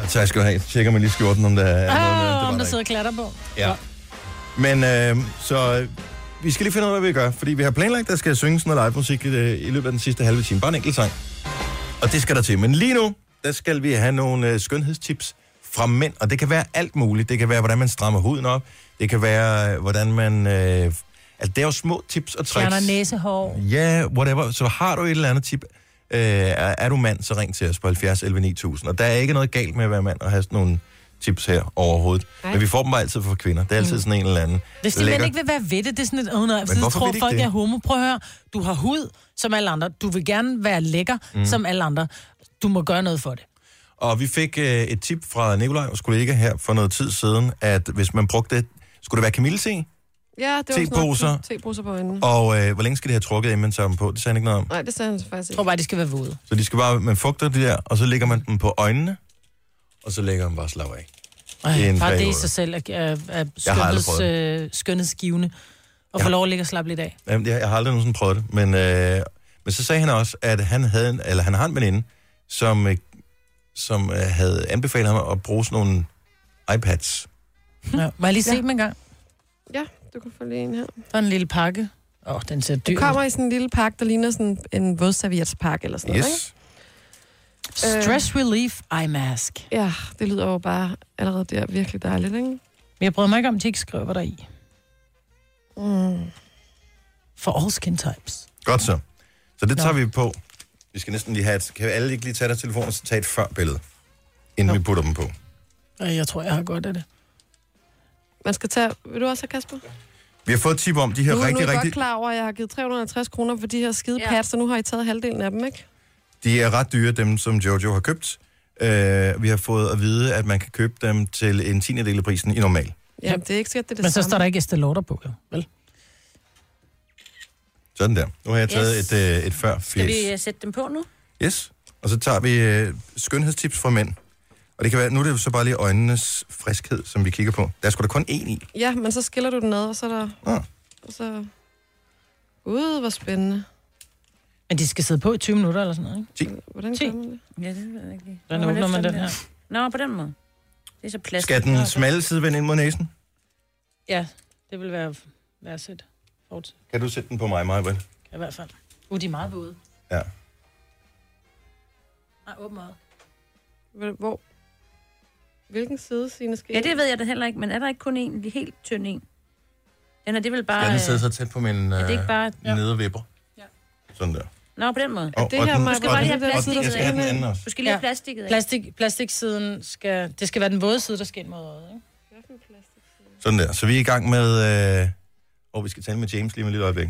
B: Tak skal du have. Jeg tjekker man lige skjorten, om der er noget.
C: Åh, om der sidder klatter på.
B: Ja. Men øh, så øh, vi skal lige finde ud af, hvad vi gør, fordi vi har planlagt, at der skal synges noget live musik øh, i løbet af den sidste halve time. Bare en enkelt sang. Og det skal der til. Men lige nu, der skal vi have nogle øh, skønhedstips fra mænd, og det kan være alt muligt. Det kan være, hvordan man strammer huden op. Det kan være, øh, hvordan man... Øh, altså, det er jo små tips og tricks.
C: Fjerner næsehår.
B: Ja, yeah, whatever. Så har du et eller andet tip, øh, er, er du mand, så ring til os på 70 11 9000. Og der er ikke noget galt med at være mand og have sådan nogle tips her overhovedet.
C: Nej. Mm.
B: Nej. Men vi får dem altid fra kvinder. Det er altid sådan en eller anden
C: Hvis de mænd ikke vil være ved det, det er sådan et, åh nej,
B: Men
C: for så
B: hvorfor
C: tror
B: vil de ikke
C: folk,
B: det?
C: jeg er homo. Prøv at høre, du har hud som alle andre. Du vil gerne være lækker mm.
B: Mm.
C: som alle andre. Du må gøre noget for det.
B: Og vi fik øh, et tip fra Nikolaj, vores kollega her, for noget tid siden, at hvis man brugte det, skulle det være kamillete?
C: Mm.
E: Ja, det var sådan
B: Teposer.
E: noget teposer på øjnene.
B: Og øh, hvor længe skal de have trukket inden man tager dem på? Det sagde han ikke noget om.
E: Nej, det sagde han faktisk ikke. Jeg
C: tror bare, det skal være våde.
B: Så de skal bare, man fugter de der, og så lægger man dem på øjnene, og så lægger man bare slav af.
C: Ej,
B: I en
C: bare det i
B: periode.
C: sig selv er, er, er
B: Jeg har aldrig
C: skønheds,
B: prøvet
C: øh, skønhedsgivende. Og få lov at ligge og slappe lidt af.
B: Jamen, jeg, jeg har aldrig nogensinde prøvet det, men, øh, men så sagde han også, at han havde en, eller han har en veninde, som, øh, som øh, havde anbefalet ham at bruge sådan nogle iPads.
C: Ja. Må jeg lige se ja. dem en gang?
E: Ja, du kan få lige en her.
C: Der er en lille pakke. Åh, oh, den ser dyr.
E: Det kommer i sådan en lille pakke, der ligner sådan en vådservietspakke eller sådan noget,
B: Yes.
E: ikke?
C: Stress Relief Eye Mask.
E: Øh, ja, det lyder jo bare allerede der virkelig dejligt, ikke?
C: Men jeg bryder mig ikke om, at de ikke skriver, hvad der er i.
E: Mm.
C: For all skin types.
B: Godt så. Så det tager vi på. Vi skal næsten lige have et... Kan alle ikke lige tage deres telefon og så tage et før-billede, inden vi putter dem på?
C: Ej, Jeg tror, jeg har godt af det.
E: Man skal tage... Vil du også have, Kasper?
B: Vi har fået et tip om de her
E: nu, nu er
B: rigtig,
E: jeg godt
B: rigtig...
E: klar over, at jeg har givet 350 kroner for de her skide ja. pads, så nu har I taget halvdelen af dem, ikke?
B: De er ret dyre, dem som Jojo har købt. Uh, vi har fået at vide, at man kan købe dem til en tiende del af prisen i normal.
E: Ja, det er ikke sikkert, det er det
C: Men så
E: samme.
C: står der ikke Estée Lauder på, jo. Vel?
B: Sådan der. Nu har jeg taget
D: Yes.
B: yes. et, øh, et før fjes.
D: Skal vi øh, sætte dem på nu?
B: Yes. Og så tager vi øh, skønhedstips fra mænd. Og det kan være, nu er det jo så bare lige øjnenes friskhed, som vi kigger på. Der er sgu da kun én i.
E: Ja, men så skiller du den ad, og så er der...
B: Ah.
E: Og så... Gud, hvor spændende.
C: Men de skal sidde på i 20 minutter eller sådan noget, ikke?
B: 10.
E: Hvordan
D: Ti.
E: gør man det?
D: Ja, det ved jeg ikke lige.
C: Hvordan
D: Nå,
C: åbner
D: lidt
C: man
D: sådan
C: den
D: der. Nå, på den måde. Det er så plastik.
B: Skal
D: Nå,
B: den
D: okay.
B: smalle side vende ind mod næsen?
C: Ja, det vil være værdsæt. Fortsæt.
B: Kan du sætte den på mig, Maja?
C: I hvert fald. Uh, de er meget våde.
B: Ja.
C: Nej, åben øjet.
E: Hvor? Hvilken side, Signe, skal
D: Ja, det ved jeg da heller ikke, men er der ikke kun en, lige helt tynd en? Den er det vel bare...
B: Skal den
D: øh,
B: sidde så tæt på min
D: er det ikke
B: øh,
D: bare- Ja.
B: nedervipper? Sådan der.
D: Nå, på den måde.
B: Og- og den-
D: du skal bare lige have
B: og den- og den-
D: plastikket
B: Jeg skal have den anden også.
D: Du skal lige have plastikket af.
C: Plastik, plastiksiden skal... Det skal være den våde side, der skal ind mod øjet, ikke?
B: Sådan der. Så vi er i gang med... Øh... Og vi skal tale med James lige med lidt øjeblik.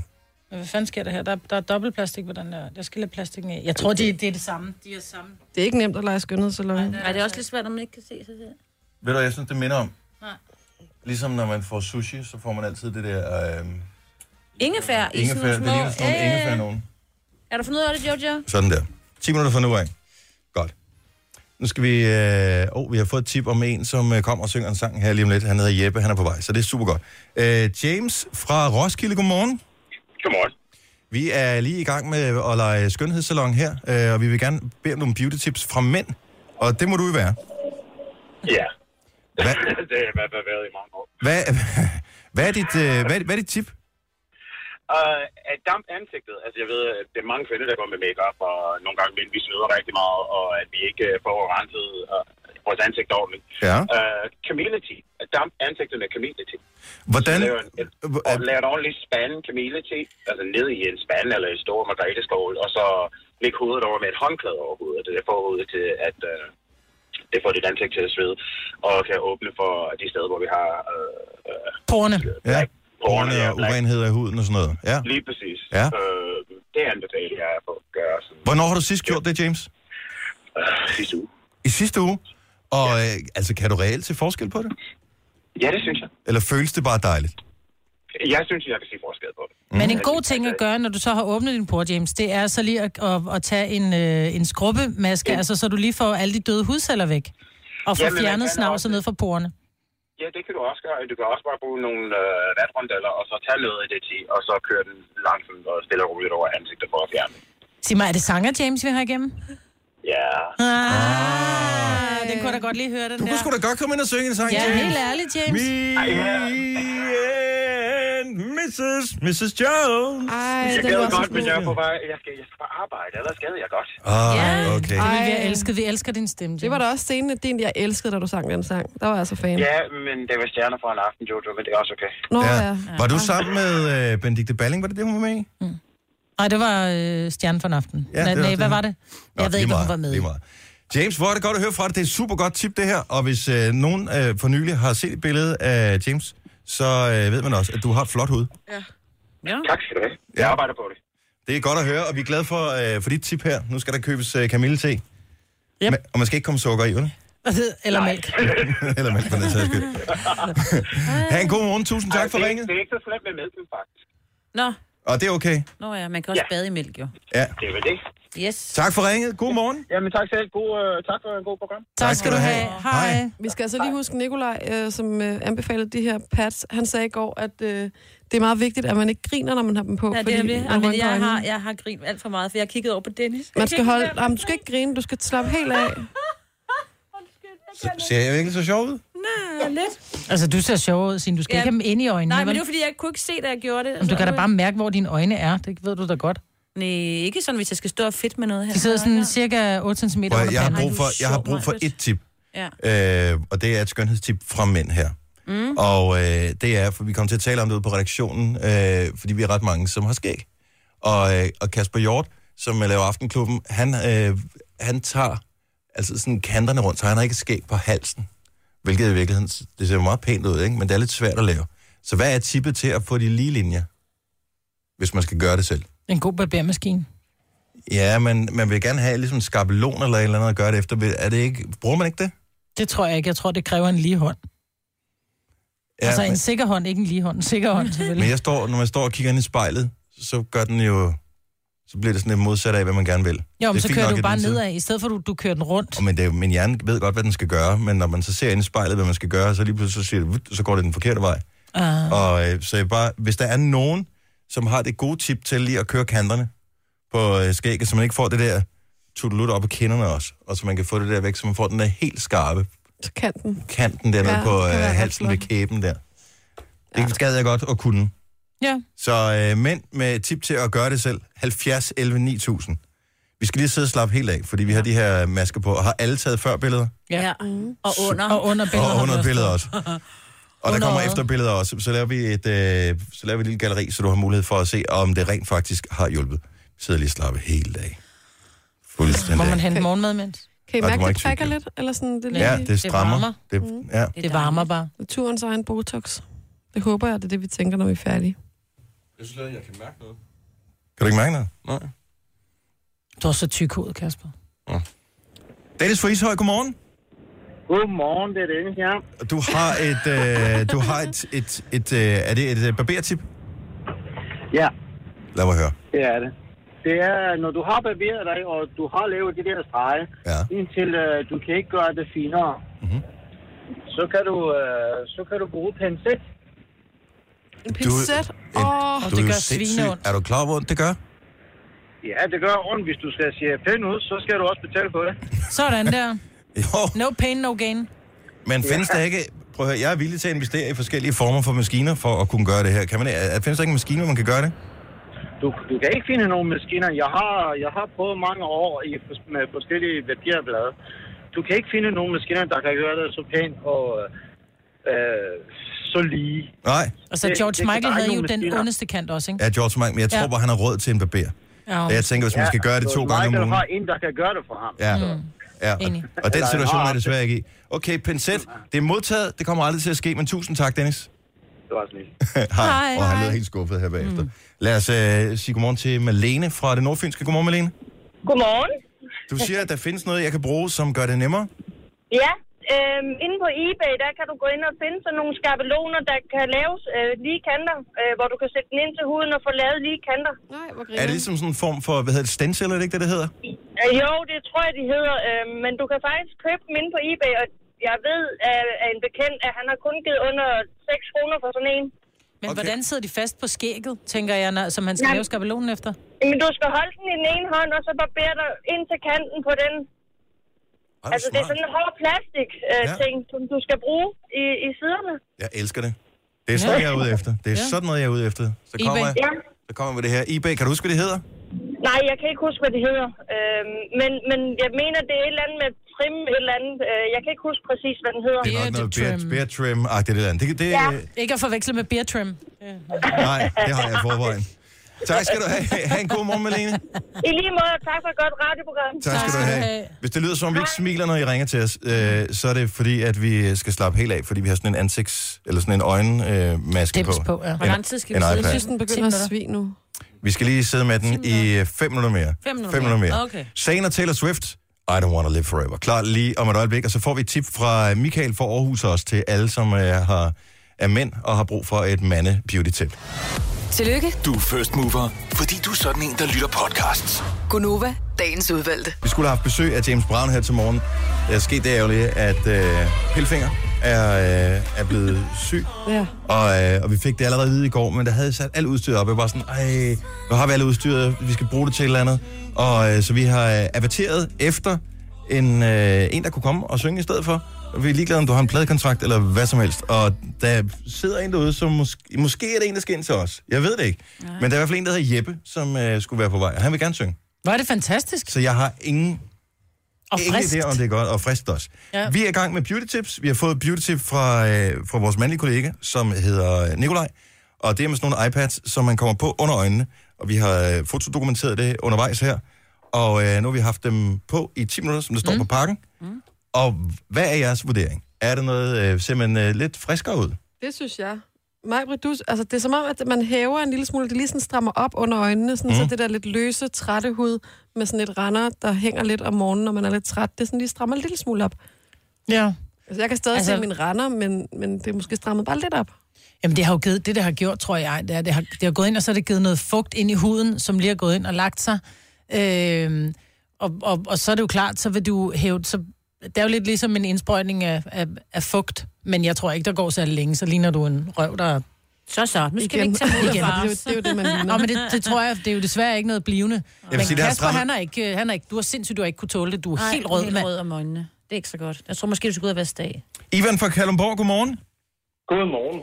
C: Men hvad fanden sker der her? Der, der er dobbelt plastik på den der. Jeg skal lidt plastikken af. Jeg tror, det, det er det samme. De er samme.
E: Det er ikke nemt at lege skønhedssalon.
D: Nej, det er også lidt svært, når man ikke kan se sig selv.
B: Ved du, hvad jeg synes, det minder om?
D: Nej.
B: Ligesom når man får sushi, så får man altid det der... Øh...
D: Ingefær i sådan
B: Ingefær,
D: nogle
B: det
D: små...
B: ligner sådan nogle
D: Ja, ja, ja.
B: ingefær nogen.
D: Er du fundet ud af det, Jojo?
B: Sådan der. 10 minutter fra nu af. Godt. Nu skal vi... Øh... Oh, vi har fået et tip om en, som øh, kommer og synger en sang her lige om lidt. Han hedder Jeppe, han er på vej, så det er super godt. Øh, James fra Roskilde, godmorgen.
L: Godmorgen.
B: Vi er lige i gang med at lege skønhedssalon her, øh, og vi vil gerne bede om nogle beauty tips fra mænd. Og det må du jo være.
L: Ja.
B: Hvad?
L: det har i hvert fald været i mange år.
B: Hvad, hvad, er, dit, øh, hvad, hvad er dit tip?
L: Uh, at damp ansigtet. Altså, jeg ved, at det er mange kvinder, der går med makeup, og nogle gange mænd, vi sveder rigtig meget, og at vi ikke øh, får renset uh, vores ansigt ordentligt.
B: Ja.
L: Uh, community. At damp ansigtet med community.
B: Hvordan?
L: Så laver en, en, og laver en ordentlig spand community, altså ned i en spand eller en stor margreteskål, og så lægge hovedet over med et håndklæde over hovedet, og det får hovedet til at... Uh, det får dit ansigt til at svede, og kan åbne for de steder, hvor vi har øh,
C: Porne.
B: Ja.
L: Porne
B: Porne
L: og
B: og
L: black.
B: urenheder i huden og sådan noget. Ja.
L: Lige præcis.
B: Ja.
L: Øh, det anbefaler jeg at gøre sådan,
B: Hvornår har du sidst gjort det, James?
L: øh, sidste uge.
B: I sidste uge? Og ja. øh, altså, kan du reelt se forskel på det?
L: Ja, det synes jeg.
B: Eller føles det bare dejligt? Mm.
L: Jeg synes, jeg kan se forskel på Mhm. det.
C: Men en god ting at gøre, når du så har åbnet din port, James, det er så lige at, at, at tage en, øh, en skrubbemaske, altså så du lige får alle de døde hudceller væk. Og får
L: Jamen, man
C: fjernet
L: kan
C: snavset ned fra porerne.
L: Ja, det kan du også gøre. Du kan også bare bruge nogle øh, vatrundeller, og så tage noget af det til, og så køre den langsomt og stille og roligt over ansigtet for at fjerne. det.
C: Sig mig, er det sanger, James, vi har igennem?
L: Ja.
C: Ah, den kunne jeg da godt lige høre, den
B: Du
C: der.
B: kunne sgu da godt komme ind og synge en sang,
C: Ja,
B: James.
C: helt ærligt, James.
B: Me and Mrs. Mrs. Jones.
E: Ej,
L: Jeg gad godt, men jeg er på vej. Jeg skal, jeg skal på arbejde, ellers gad jeg godt.
B: Ah, okay.
C: Det vil vi have elsket. Vi elsker din stemme, James.
E: Det var da også scenen, at din, jeg elskede, da du sang den sang. Der var jeg så fan.
L: Ja, men det var stjerner for en aften, Jojo, men det er også okay.
E: Nå, ja.
B: Var du sammen med øh, Benedikte Balling? Var det det, hun var med i?
C: Nej, det var øh, Stjernen for en aften.
B: Ja,
C: Ja,
B: det
C: nej,
B: er
C: nej,
B: også
C: hvad
B: det.
C: var det?
B: Nå,
C: jeg ved
B: lige
C: ikke,
B: meget,
C: om hun var med.
B: lige meget. James, hvor er det godt at høre fra dig. Det er et super godt tip, det her. Og hvis øh, nogen øh, for nylig har set et billede af James, så øh, ved man også, at du har et flot hoved.
D: Ja.
L: Tak skal du have. Jeg arbejder på det.
B: Det er godt at høre, og vi er glade for, øh, for dit tip her. Nu skal der købes øh, kamillete. Yep. Ma- og man skal ikke komme sukker i, vel?
C: Eller mælk.
B: Eller mælk for den sags skyld. ha' en god morgen. Tusind tak for
L: det,
B: ringet.
L: Det er ikke så slemt med mælken, faktisk.
D: Nå,
B: Og det er okay.
D: nå ja, man kan også bade i mælk, jo.
B: Ja.
L: Det er vel det.
D: Yes.
B: Tak for ringet. God morgen.
L: Jamen tak selv. God, øh, tak for en god program.
B: Tak skal du have.
E: Hej. Vi skal altså lige huske Nikolaj, øh, som øh, anbefalede de her pads. Han sagde i går, at øh, det er meget vigtigt, at man ikke griner, når man har dem på.
D: Ja, det er det. Jamen, jeg, har, jeg har grint alt for meget, for jeg har kigget over på Dennis.
E: Man skal holde... Jamen, du skal ikke grine, du skal slappe helt af.
B: Altså, Ser jeg virkelig så sjov ud?
D: Nej, lidt.
C: Altså, du ser sjov ud, siden du skal
D: Ja.
C: ikke have dem ind i øjnene.
D: Nej, men
C: vel?
D: det var, fordi jeg kunne ikke se, da jeg gjorde det. Altså,
C: Jamen, du kan
B: Altså-
C: da bare mærke, hvor dine øjne er. Det ved du da godt.
D: Nej, ikke sådan, hvis jeg skal stå og fedt med noget her.
C: De sidder sådan cirka 8 cm
B: Prøv,
C: under
B: at- jeg har
C: panden.
B: brug for, jeg har brug for et tip.
D: Ja.
B: Øh, og det er et skønhedstip fra mænd her. Mm. Og øh, det er, for vi kommer til at tale om det ude på redaktionen, øh, fordi vi er ret mange, som har skæg. Og, øh, og Kasper Hjort, som øh, laver Aftenklubben, han, øh, han tager altså sådan kanterne rundt, så han har ikke skæg på halsen. Hvilket i virkeligheden, det ser jo meget pænt ud, ikke? men det er lidt svært at lave. Så hvad er tippet til at få de lige linjer, hvis man skal gøre det selv?
C: En god barbermaskine.
B: Ja, men man vil gerne have ligesom en skabelon eller et eller andet at gøre det efter. Er det ikke, bruger man ikke det?
C: Det tror jeg ikke. Jeg tror, det kræver en lige hånd. Ja, altså en
B: men-
C: sikker hånd, ikke en lige hånd. En sikker hånd, selvfølgelig.
B: Men jeg står, når man står og kigger ind i spejlet, så gør den jo... Så bliver det sådan lidt modsat af, hvad man gerne vil.
C: Jo,
B: Det
C: men
B: er
C: så
B: fint
C: kører
B: nok,
C: du
B: at
C: bare
B: den sidder-
C: nedad, i stedet for du, du kører den rundt.
B: Og men det, er jo- min hjerne ved godt, hvad den skal gøre, men når man så ser ind i spejlet, hvad man skal gøre, så lige pludselig så, siger det, "Vut", så går det den forkerte vej.
C: Uh,
B: Og øh, så jeg bare, hvis der er nogen, som har det gode tip til lige at køre kanterne på øh, skægget, så man ikke får det der tutelut op på kinderne også, og så man kan få det der væk, så man får den der helt skarpe
E: Så kan den.
B: kanten dernede
E: Ja,
B: ja, på
E: det
B: øh,
E: kan være ret
B: halsen ved kæben der. Det gad jeg godt at kunne.
C: ja.
B: Så øh, mænd med tip til at gøre det selv. 70 11 9000. Vi skal lige sidde og slappe helt af, fordi vi har de her masker på. Og har alle taget før billeder?
C: Ja. ja.
D: Mm. Og under.
C: Og under billeder.
B: Og under billeder også. Og der
C: Under
B: kommer
C: øjet.
B: efterbilleder også. Så laver, vi et, øh, så laver vi et lille galleri, så du har mulighed for at se, om det rent faktisk har hjulpet. Vi sidder lige og slapper helt af. Fuldstændig.
C: Må man
B: af.
C: hente morgenmad imens?
E: Kan I
B: Nej, du
E: mærke,
B: må
E: at
B: ikke
E: det trækker lidt? Eller sådan, det Mm.
B: Ja, det strammer. Det, ja.
C: Det varmer bare.
E: Naturens egen botox. Det håber jeg, det er det, vi tænker, når vi er færdige.
J: Jeg synes, at jeg kan mærke noget.
B: Kan du ikke mærke noget?
J: Nej.
C: Du er så tyk hoved, Kasper.
B: Dennis fra Ishøj, godmorgen.
N: Godmorgen, det er Dennis, ja.
B: Du har et, øh, du har et, et, et øh, er det et øh, barbertip?
N: Ja.
B: Lad mig høre.
N: Det er det. Det er, når du har barberet dig, og du har lavet de der streger,
B: ja. Mhm.
N: indtil øh, du kan ikke gøre det finere, mm-hmm. så, kan du, øh, så kan du bruge pincet.
E: En
B: pincet?
N: Åh,
B: Du er jo sindssyg. Er du klar, over, hvor ondt det gør?
N: Ja, det gør ondt. Hvis du skal se pæn ud, så skal du også betale for det.
C: Sådan der.
B: jo.
C: No pain, no gain. Altså,
B: Men findes
C: Ja.
B: der ikke... Prøv at høre, jeg er villig til at investere i forskellige former for maskiner for at kunne gøre det her. Kan man, er, er- findes der ikke en maskine, hvor man kan gøre det?
N: Du, du kan ikke finde nogen maskiner. Jeg har, jeg har prøvet mange år i, fors- med forskellige værdierblade. Du kan ikke finde nogen maskiner, der kan gøre det så pænt og øh, så lige.
B: Nej.
C: Altså,
N: Det-
C: George
N: det- der
C: Michael
N: er
C: havde
N: ikke
C: jo
N: nogen
C: den
N: maskiner.
C: ondeste kant også, ikke?
B: Ja, George Michael, men jeg tror
C: Ja.
B: bare, han har råd til en barber.
C: Ja.
B: Og Jeg tænker, hvis man skal gøre det to
N: George
B: gange om
N: Michael
B: ugen...
N: har en, der kan gøre det for ham.
B: Mm. Ja.
N: Så-
B: Ja, og,
N: Enig.
B: og den
N: Eller en
B: situation er jeg
N: harpe.
B: desværre ikke i. Okay, pincet, det er modtaget. Det kommer aldrig til at ske, men tusind tak, Dennis.
N: Det var sådan
B: Hej.
N: Hej,
B: Og han
N: hej.
B: lød helt skuffet her bagefter. Mm. Lad os øh, sige godmorgen til Malene fra det nordfynske. Godmorgen, Malene.
O: Godmorgen.
B: Du siger, at der findes noget, jeg kan bruge, som gør det nemmere.
O: Ja, øhm, inde på eBay, der kan du gå ind og finde sådan nogle skabeloner, der kan laves øh, lige kanter, øh, hvor du kan sætte den ind til huden og få lavet lige kanter.
E: Nej, hvor
B: Er det ligesom sådan en form for, hvad hedder det, stencil, er det ikke det, det hedder?
O: Øh, jo, det tror jeg, de hedder, øh, men du kan faktisk købe dem inde på eBay, og jeg ved af, af en bekendt, at han har kun givet under 6 kroner for sådan en.
C: Men hvordan sidder de fast på skægget, tænker jeg, når, som han skal
O: Nej.
C: lave skabelonen efter?
O: Men du skal holde den i den ene hånd, og så barbere dig ind til kanten på den.
B: Ej,
O: altså, det er sådan en hård plastik-ting, øh, ting, som du skal bruge i, i siderne.
B: Jeg elsker det. Det er sådan noget,
O: Ja.
B: jeg er ude efter. Det er
O: Ja.
B: sådan noget, jeg er ude efter. Så
O: eBay.
B: kommer, jeg,
O: Ja.
B: så kommer vi det her. eBay, kan du huske, hvad det hedder?
O: Nej, jeg kan ikke huske, hvad det hedder. Øhm, men, men jeg mener, det er et eller andet med trim, et eller andet. Øh, jeg kan ikke huske præcis, hvad den hedder.
B: Det er nok noget beer, beer trim. Ah, det er det andet. Det, det,
O: Ja.
B: ja.
C: Ikke at forveksle med beer trim.
B: Nej, det har jeg i forvejen. Tak skal du have. Ha' en god morgen, Malene.
O: I lige måde, tak for et godt radioprogram.
B: Tak skal du have. Hvis det lyder som om, vi ikke smiler, når I ringer til os, øh, så er det fordi, at vi øh, skal slappe helt af, fordi vi har sådan en ansigts- eller sådan en øjenmaske øh,
E: Dims
B: på.
E: på, ja.
B: En-
E: Hvor lang tid skal vi
B: en
E: sidde?
B: iPad.
E: Jeg synes, den begynder at svine nu.
B: Vi skal lige sidde med den i 5 minutter mere.
E: Fem minutter
B: Fem minutter
E: mere.
B: mere.
E: Okay.
B: Sagen og Taylor Swift, I don't want to live forever. Klar lige om et øjeblik, og så får vi et tip fra Michael fra Aarhus også til alle, som øh, har, er mænd og har brug for et mande-beauty-tip.
A: Tillykke,
F: Du er first mover, fordi du er sådan en, der lytter podcasts.
A: Gunova, dagens udvalgte.
B: Vi skulle have haft besøg af James Brown her til morgen. Der er sket det ærgerlige, at øh, Pilfinger er, øh, er blevet syg.
E: Ja.
B: Og, øh, og vi fik det allerede at vide i går, men der havde jeg sat alt udstyret op. Jeg var sådan, ej, nu har vi alt udstyret, vi skal bruge det til et eller andet. Og øh, så vi har øh, averteret efter en, øh, en, der kunne komme og synge i stedet for. Og vi er ligeglade, om du har en pladekontrakt eller hvad som helst. Og der sidder en derude, som måske, måske er det en, der skal ind til os. Jeg ved det ikke. Nej. Men der er i hvert fald en, der hedder Jeppe, som øh, skulle være på vej. Og han vil gerne synge.
C: Hvor er det fantastisk.
B: Så jeg har ingen
C: Og
B: Ingen
C: frisk.
B: idé om det er godt, og frist også.
C: Ja.
B: Ja. Vi er i gang med beauty tips. Vi har fået beauty tip fra, øh, fra vores mandlige kollega, som hedder øh, Nikolaj. Og det er med sådan nogle iPads, som man kommer på under øjnene. Og vi har øh, fotodokumenteret det undervejs her. Og øh, nu har vi haft dem på i 10 minutter, som det står mm. på pakken. Mm. Og hvad er jeres vurdering? Er det noget, øh, ser man øh, lidt friskere ud?
E: Det synes jeg. Maj, du, altså det er som om, at man hæver en lille smule, det lige sådan strammer op under øjnene, sådan, mm. så
B: Mhm.
E: det der lidt løse, trætte hud med sådan et render, der hænger lidt om morgenen, når man er lidt træt, det er sådan lige strammer en lille smule op.
C: Ja.
E: Altså jeg kan stadig
C: Altså-
E: altså... se mine render, men, men det er måske strammet bare lidt op.
C: Jamen, det har jo givet, det, der har gjort, tror jeg, det, er, det, har, det har gået ind, og så har det givet noget fugt ind i huden, som lige har gået ind og lagt sig. Øhm, og, og, og, så er det jo klart, så vil du hæve, så det er jo lidt ligesom en indsprøjtning af, af, af fugt, men jeg tror ikke, der går særlig længe, så ligner du en røv, der...
D: Så så, nu
E: Igen.
D: skal vi ikke tage mod
E: Igen.
D: fra
E: Det er jo- det er jo det, man ligner.
C: Nå, men det, det, tror jeg, det er jo desværre ikke noget blivende.
B: vil
C: men
B: sige, det har
C: Kasper,
B: strammet-
C: han er, ikke, øh, han er ikke, du har sindssygt, du har ikke kunne tåle det. Du er
D: Nej,
C: helt rød,
D: helt
C: mand.
D: rød om øjnene. Det er ikke så godt. Jeg tror måske, du skal ud og vaske dag.
B: Ivan fra Kalundborg, godmorgen.
P: Godmorgen.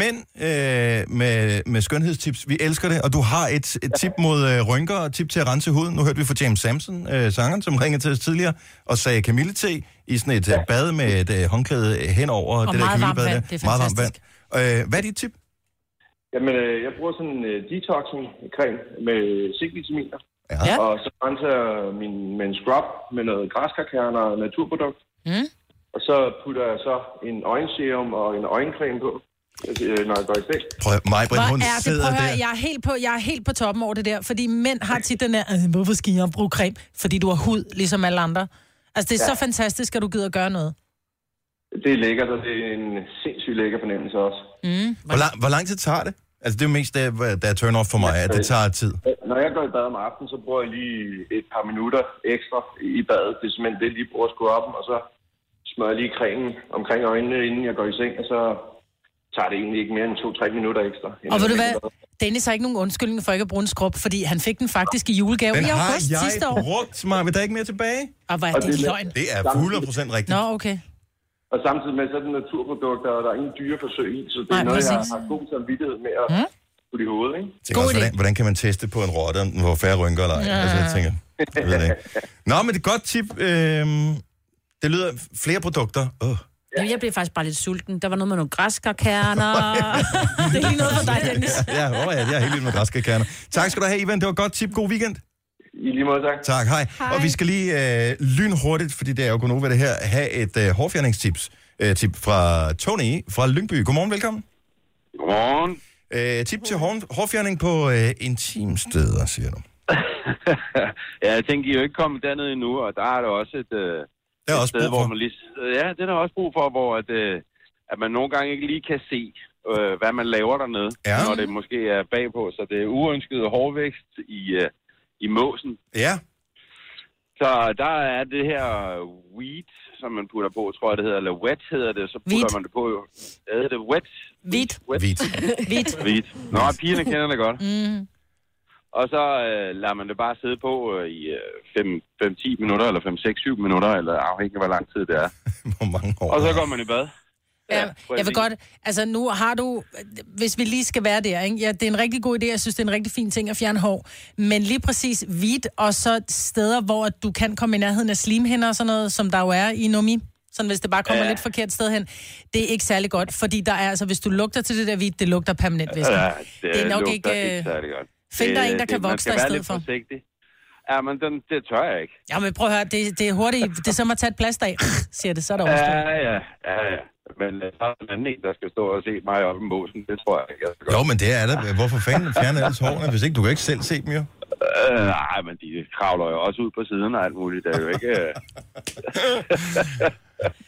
B: Men øh, med, med skønhedstips, vi elsker det, og du har et, et tip mod øh, rynker og tip til at rense huden. Nu hørte vi fra James Sampson, øh, sangeren, som ringede til os tidligere, og sagde Camille te i sådan et øh, bad med et øh, håndklæde henover.
P: Og meget varmt
B: Camillebad
P: vand,
B: der.
P: det er
B: Meget varmt vand. Øh, hvad er dit tip?
P: Jamen, øh, jeg bruger sådan en øh, detoxing-creme med zinkvitaminer. Ja. Og så renser jeg min, med en scrub med noget græskarkerner og naturprodukt.
C: Mm.
P: Og så putter jeg så en øjenserum og en øjencreme på, øh, når jeg går i seng.
B: Prøv, Majbrit,
C: Hvor
B: hun
C: er det,
B: sidder
C: prøv at høre,
B: der.
C: jeg er, helt på, jeg er helt på toppen over det der, fordi mænd har tit den der, "Øh, hvorfor skal jeg bruge creme? Fordi du har hud, ligesom alle andre. Altså, det er ja.
P: Ja.
C: så fantastisk, at du gider at gøre noget.
P: Det er lækkert, og det er en sindssygt lækker fornemmelse også.
C: Mm.
B: Hvor, lang, hvor lang tid tager det? Altså, det er jo mest, der, hvor- der er turn-off for mig, at det tager tid.
P: Øh, Når jeg går i bad om aftenen, så bruger jeg lige et par minutter ekstra i badet. Det er simpelthen det, jeg lige bruger skrubben, og så smører jeg lige cremen omkring øjnene, inden jeg går i seng, og så tager det egentlig ikke mere end to-tre minutter ekstra. inden
C: Og ved
P: jeg
C: du
P: går i
C: hvad,
P: bad.
C: Dennis har ikke nogen undskyldning for ikke at bruge en skrub, fordi han fik den faktisk i julegave
B: Den
C: i
B: har
C: august
B: jeg
C: sidste år.
B: brugt, Maja. Der er ikke mere tilbage.
C: Og hvor er
P: Og
C: det
P: det er-
C: løgn.
B: Det er 100% rigtigt.
C: Nå, okay.
P: Og samtidig med, så er det naturprodukter, og der er ingen dyre forsøg i, så det er
C: Nej,
P: Nej, noget, jeg
C: præcis.
P: har god samvittighed med at
C: mm?
P: putte i hovedet, ikke?
B: Tænker også, hvordan, hvordan kan man teste på en rotte, om den får færre rynker eller ej? Ja.
P: Ja.
B: Altså, jeg tænker, jeg ved det ikke. Nå, men det er et godt tip. Øhm, det lyder flere produkter. Oh.
D: Jamen, jeg blev faktisk bare lidt sulten. Der var noget med nogle græskarkerner. det er lige noget for dig, Dennis.
B: Ja, hvor er det? Jeg er helt vild med græske kerner. Tak skal du have, Ivan. Det var et godt tip. God weekend.
P: I lige måde, tak.
B: Tak, hej. hej. Og vi skal lige øh, lynhurtigt, fordi det er jo kun over det her, have et øh, hårfjerningstips øh, tip fra Tony fra Lyngby. Godmorgen, velkommen.
Q: Godmorgen.
B: Øh, tip til hår, hårfjerning på øh, intimsteder, siger du.
Q: ja, jeg tænker, I er jo ikke kommet derned endnu, og der er der også et, øh,
B: der er
Q: et
B: også
Q: sted,
B: brug
Q: hvor
B: for.
Q: man lige... Ja, det er der også brug for, hvor at, øh, at man nogle gange ikke lige kan se, øh, hvad man laver dernede,
B: ja.
Q: når det måske er bagpå. Så det er uønsket hårvækst i, øh, i måsen.
B: Ja.
Q: Så der er det her weed, som man putter på, tror jeg det hedder, eller wet hedder det, så putter
D: Weed.
Q: man det på. Er det wet?
D: Hvidt.
Q: Wet.
D: Hvidt.
Q: Hvidt. Nå, pigerne kender det godt.
D: Mm.
Q: Og så øh, lader man det bare sidde på øh, i 5-10 minutter, eller 5-6-7 minutter, eller afhængig af, hvor lang tid det er.
B: Hvor mange år?
Q: Og så går man i bad.
C: Ja, jeg vil godt, altså nu har du, hvis vi lige skal være der, ikke? Ja, det er en rigtig god idé, jeg synes, det er en rigtig fin ting at fjerne hår, men lige præcis hvidt, og så steder, hvor du kan komme i nærheden af slimhinder og sådan noget, som der jo er i nomi, sådan hvis det bare kommer ja.
Q: Ja.
C: lidt forkert sted hen, det er ikke særlig godt, fordi der er, altså hvis du lugter til det der hvidt, det lugter permanent væske.
Q: Ja,
C: det, det er nok
Q: lugter
C: ikke, øh,
Q: ikke særlig godt.
C: find dig
Q: Det-
C: en, der
Q: det-
C: kan
Q: man
C: vokse
Q: skal
C: dig i
Q: være
C: stedet
Q: lidt
C: for.
Q: Forsigtig. Ja, men den, det tør jeg ikke.
C: Ja, men prøv at høre, det, det er hurtigt, det er som at tage et plaster af, siger det, så er der overstået.
Q: Ja, ja, ja, ja. Men øh, så er der en anden en, der skal stå og se mig oppe i måsen. Det tror jeg ikke. jeg skal gøre.
B: Jo, men det er der. Hvorfor fanden fjerne ellers hårene, hvis ikke du kan ikke selv se dem jo?
Q: Øh, nej, men de kravler jo også ud på siden og alt muligt. Det er jo ikke... øh,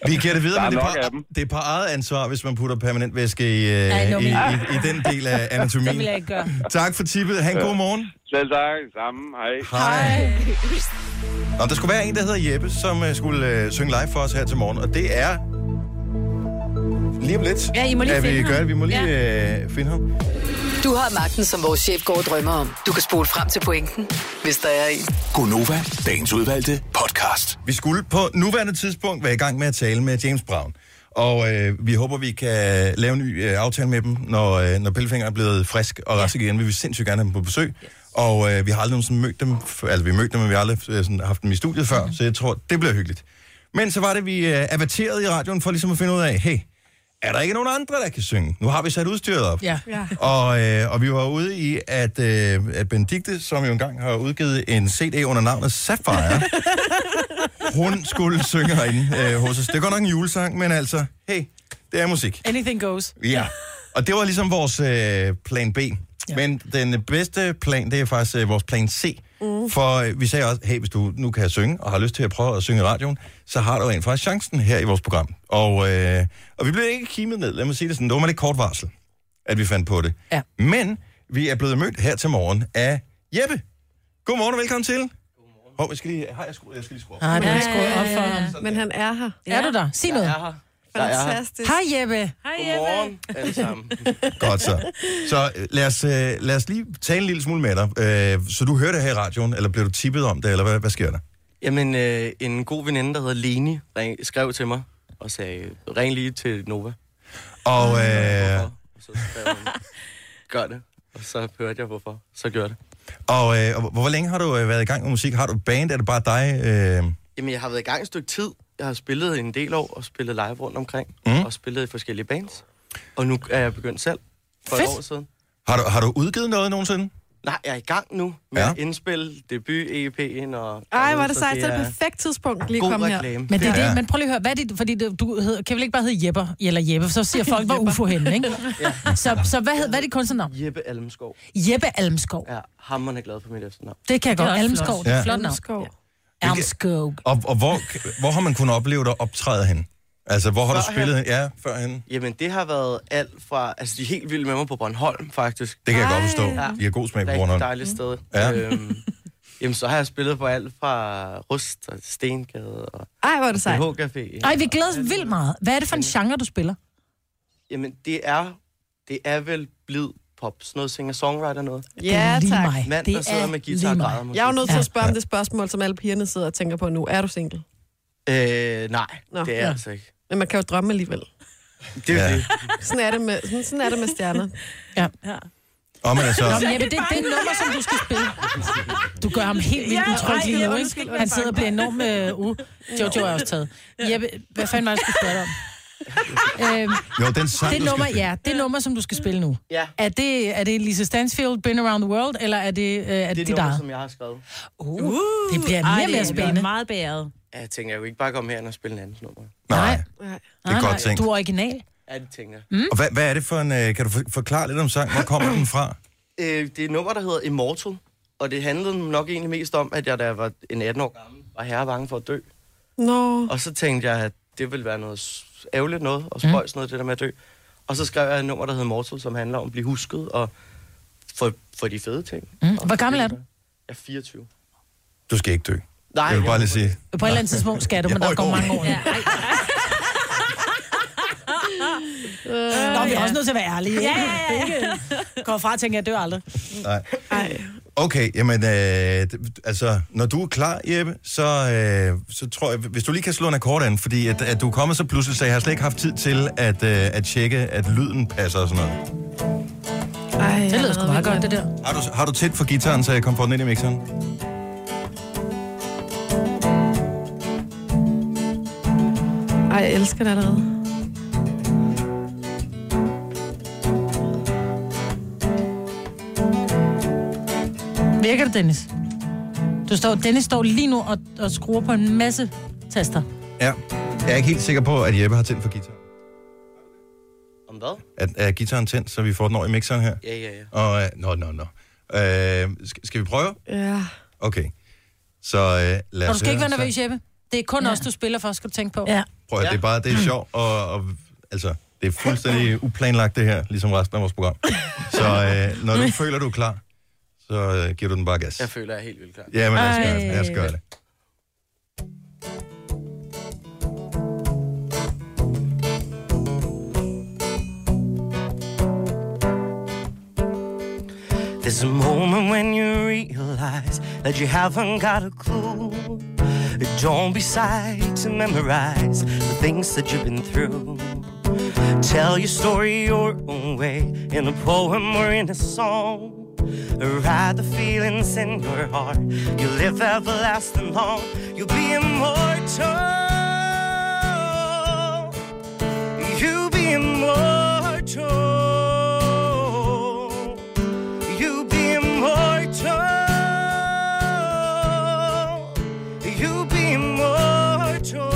B: Vi giver det videre,
Q: Der er
B: men det er,
Q: nok af
B: par, det er par eget ansvar, hvis man putter permanent væske i, øh,
Q: Ja, i
B: i, i,
Q: lommen.
B: i, den del af
Q: Det vil
B: anatomien.
Q: jeg ikke gøre.
B: Tak for tippet. Ha' en god morgen.
Q: Selv tak. Sammen. Hej.
B: Og der skulle være en, der hedder Jeppe, som øh, skulle øh, synge live for os her til morgen, og det er lige om lidt.
A: Ja, I må lige
B: at vi
A: finde
B: gør
A: ham.
B: det. Vi må lige øh, finde ham.
A: Du har magten, som vores chef går og drømmer om. Du kan spole frem til pointen, hvis der er en.
B: Gonova, dagens udvalgte podcast. Vi skulle på nuværende tidspunkt være i gang med at tale med James Brown. Og øh, vi håber, vi kan lave en ny øh, aftale med dem, når, øh, når Pellefinger er blevet frisk og rask igen. Vi vil sindssygt gerne have dem på besøg. Yes. Og øh, vi har aldrig nogensinde mødt dem. f- Altså, vi har mødt dem, men vi har aldrig øh, sådan, haft dem i studiet før. Så jeg tror, det bliver hyggeligt. Men så var det, vi øh, avaterede i radioen for ligesom at finde ud af, hey, er der ikke nogen andre, der kan synge? Nu har vi sat udstyret op.
C: Ja. ja.
B: Og, øh, og vi var ude i, at, øh, at Benedikte, som jo engang har udgivet en CD under navnet Sapphire, hun skulle synge herinde øh, hos os. Det er godt nok en julesang, men altså, hey, det er musik.
C: Anything goes.
B: Ja. Og det var ligesom vores øh, plan B. Ja. Men den bedste plan, det er faktisk øh, vores plan C. Mm. For øh, vi sagde også, hey, hvis du nu kan synge, og har lyst til at prøve at synge i radioen, så har du rent faktisk chancen her i vores program. Og, øh, og vi blev ikke kimet ned, lad mig sige det sådan. Det var med lidt kort varsel, at vi fandt på det.
C: Ja.
B: Men vi er blevet mødt her til morgen af Jeppe. Godmorgen og velkommen til. Godmorgen. Hov, jeg skal lige, har jeg, skru, jeg skal lige skrue op.
C: Nej, det har jeg Ah, skruet op for ham.
E: Men han er her.
C: Er du der? Sig noget. Jeg er her.
E: Jeg er her. Fantastisk.
C: Hej Jeppe.
E: Hej, Jeppe. Godmorgen,
C: alle sammen.
B: Godt så. Så øh, lad os, øh, lad os lige tale en lille smule med dig. Øh, Så du hørte det her i radioen, eller blev du tippet om det, eller hvad, hvad sker der?
R: Jamen, øh, en god veninde, der hedder Leni, ring, skrev til mig og sagde, ring lige til Nova.
B: Og øh,
R: Og så skrev hun, gør det. Og så hørte jeg, hvorfor. Så gjorde jeg det.
B: Og, øh, og hvor, hvor længe har du øh, været i gang med musik? Har du et band? Er det bare dig? Øh,
R: Jamen, jeg har været i gang et stykke tid. Jeg har spillet en del år og spillet live rundt omkring.
B: Mhm.
R: Mm. Og spillet i forskellige bands. Og nu er jeg begyndt selv. For Fedt. et
B: Fedt.
R: år siden.
B: har, du, har du udgivet noget nogensinde?
R: Nej, jeg er i gang nu med ja. at indspille debut EP'en og...
E: Ej, hvor
R: så
E: er det sejt. Så er det
R: er-
E: perfekt tidspunkt lige
R: god
E: at komme her.
R: reklame.
C: Men, det,
R: Ja.
C: er det, men prøv lige at høre, hvad er dit, fordi det, du hedder, kan vel ikke bare hedde Jepper, eller Jeppe, for så siger folk, hvor ufo henne, ikke? Så, så hvad, hed, hvad er dit kunstnernavn?
R: Jeppe Almskov.
C: Jeppe Almskov.
R: Ja, hammerne glad for mit efternavn.
C: Det kan jeg
R: Det er
C: godt.
R: også flot.
C: Almskov, det er
R: Ja.
C: et flot
E: navn.
C: Almskov.
B: Og, og hvor, hvor har man kunnet opleve dig optræde hen? Altså, hvor har du
R: Førhen.
B: spillet hen? Ja, førhen.
R: Jamen, det har været alt fra... Altså, de er helt vilde med mig på Bornholm, faktisk.
B: Det kan jeg godt forstå. De har god smag på Bornholm.
R: Rigtig dejligt sted.
B: Ja.
R: Øhm, jamen, så har jeg spillet på alt fra Rust og Stengade og...
E: Ej, hvor er det sejt.
R: H-café.
C: Ej, vi glæder os vildt meget. Hvad er det for en genre, du spiller?
R: Jamen, det er, det er vel blid pop, sådan noget singer-songwriter noget.
E: Ja, tak.
R: Mand, der sidder med guitar og græder måske.
E: Jeg er jo nødt til at spørge om det spørgsmål, som alle pigerne sidder og tænker på nu. Er du single?
R: Øh, nej,
E: Nå.
R: det er
E: Ja.
R: ja. altså ikke.
E: Men man kan jo drømme alligevel.
R: Det er ja. det.
E: Sådan er det med, sådan, sådan er det med stjerner.
C: Ja.
B: Og man
C: Nå,
B: altså...
C: men Jeppe, det, det er et nummer, som du skal spille. Du gør ham helt vildt
E: Ja,
C: utryg
E: ej,
C: lige nu,
E: undskyld,
C: ikke? Han sidder og bliver enormt... Øh, uh. Jojo er også taget. Jeppe, hvad fanden var det, du skulle spørge dig om? Øhm,
B: Jo, den sang,
C: det
B: du
C: nummer,
B: skal spille.
C: ja, det nummer, som du skal spille nu.
R: Ja.
C: Er det, er det Lisa Stansfield, Been Around the World, eller er det, øh, er
R: Det
C: det,
R: er
C: dit
R: noget,
C: eget?
R: som jeg har skrevet.
C: Uh, det bliver mere og mere spændende.
D: meget bæret.
R: Ja, jeg tænker, jeg kunne ikke bare komme her og spille en anden nummer.
B: Nej.
C: Nej,
B: godt
C: nej,
B: tænkt.
C: Du er original.
R: Ja, det tænker jeg.
B: Og hvad, hvad er det for en... øh, Kan du for- forklare lidt om sang? Hvor kommer den fra?
R: Øh, det er et nummer, der hedder Immortal, og det handlede nok egentlig mest om, at jeg, da jeg var en 18 år gammel, var herre bange for at dø.
E: Nå.
R: Og så tænkte jeg, at det ville være noget s- ærgerligt noget, og spøjs noget, det der med at dø. Og så skrev jeg et nummer, der hedder Mortal, som handler om at blive husket og få, få de fede ting.
C: Mm. Hvor gammel er du?
R: Jeg er 24.
B: Du skal ikke dø.
R: Nej,
B: jeg vil bare
R: jeg-
B: lige sige...
C: På et eller andet tidspunkt skal du, men
B: Ja,
C: der
B: jo,
C: går
B: jo.
C: mange år. Ja. Nå, vi er
D: ja.
C: også nødt til at være ærlige.
D: Ja,
C: ja, ja. Går fra og tænker, jeg dør aldrig.
B: Nej. Okay, jamen, øh, d- altså, når du er klar, Jeppe, så, øh, så tror jeg, hvis du lige kan slå en akkord an, fordi at, at du er kommet så pludselig, så jeg har slet ikke haft tid til at, øh, at tjekke, at lyden passer og sådan noget.
E: Ej,
C: det lyder sgu meget godt, det der.
B: Har du, har du tæt for gitaren, så jeg kan få den ind i mixeren?
E: Ej, jeg elsker det allerede.
C: Virker det, Dennis? Du står, Dennis står lige nu og, og skruer på en masse taster.
B: Ja. Jeg er ikke helt sikker på, at Jeppe har tændt for guitar.
R: Om hvad?
B: At, er gitaren tændt, så vi får den over i mixeren her?
R: Ja, ja, ja.
B: Og, øh, nå, nå, nå. Øh, skal, skal vi prøve?
E: Ja.
B: Okay. Så øh, lad
C: Og
B: os
C: du skal ikke
B: høre
C: være
B: en
C: nervøs,
B: sang.
C: Jeppe. Det er kun ja. os, du spiller for, skal du tænke på. Ja.
B: Prøv at, ja. Mm. det er bare, det er sjovt, og, og altså, det er fuldstændig uplanlagt det her, ligesom resten af vores program. Så øh, når du føler, du er klar, så øh, giver du den bare gas.
R: Jeg føler, jeg er helt vildt klar.
B: Ja, men lad os gøre det.
R: Ej.
B: Lad os gøre det.
S: There's a moment when you realize that you haven't got a clue. Don't be shy to memorize the things that you've been through. Tell your story your own way in a poem or in a song. Ride the feelings in your heart. You live everlasting long. You'll be immortal. You'll be immortal. You be immortal. You be immortal.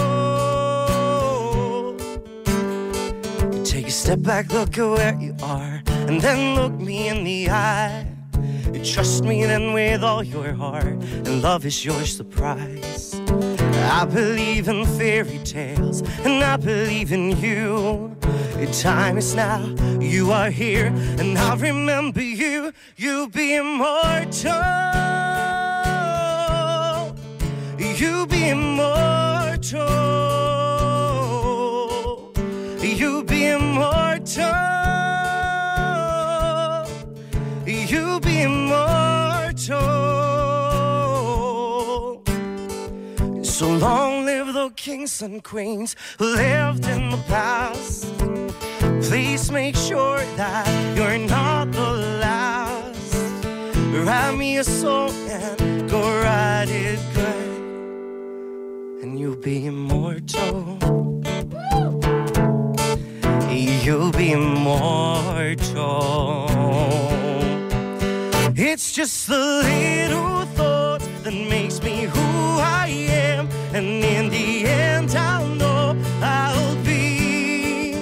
S: Take a step back, look at where you are, and then look me in the eye. Trust me then with all your heart, and love is your surprise. I believe in fairy tales, and I believe in you. Your time is now, you are here, and I remember you. You'll be immortal. You'll be immortal. You'll be immortal. You'll be immortal. So long live the kings and queens who lived in the past. Please make sure that you're not the last. Write me a song and go write it good, and you'll be immortal. You'll be immortal. It's just the little thought that makes me who I am. And in the end, I'll know I'll be.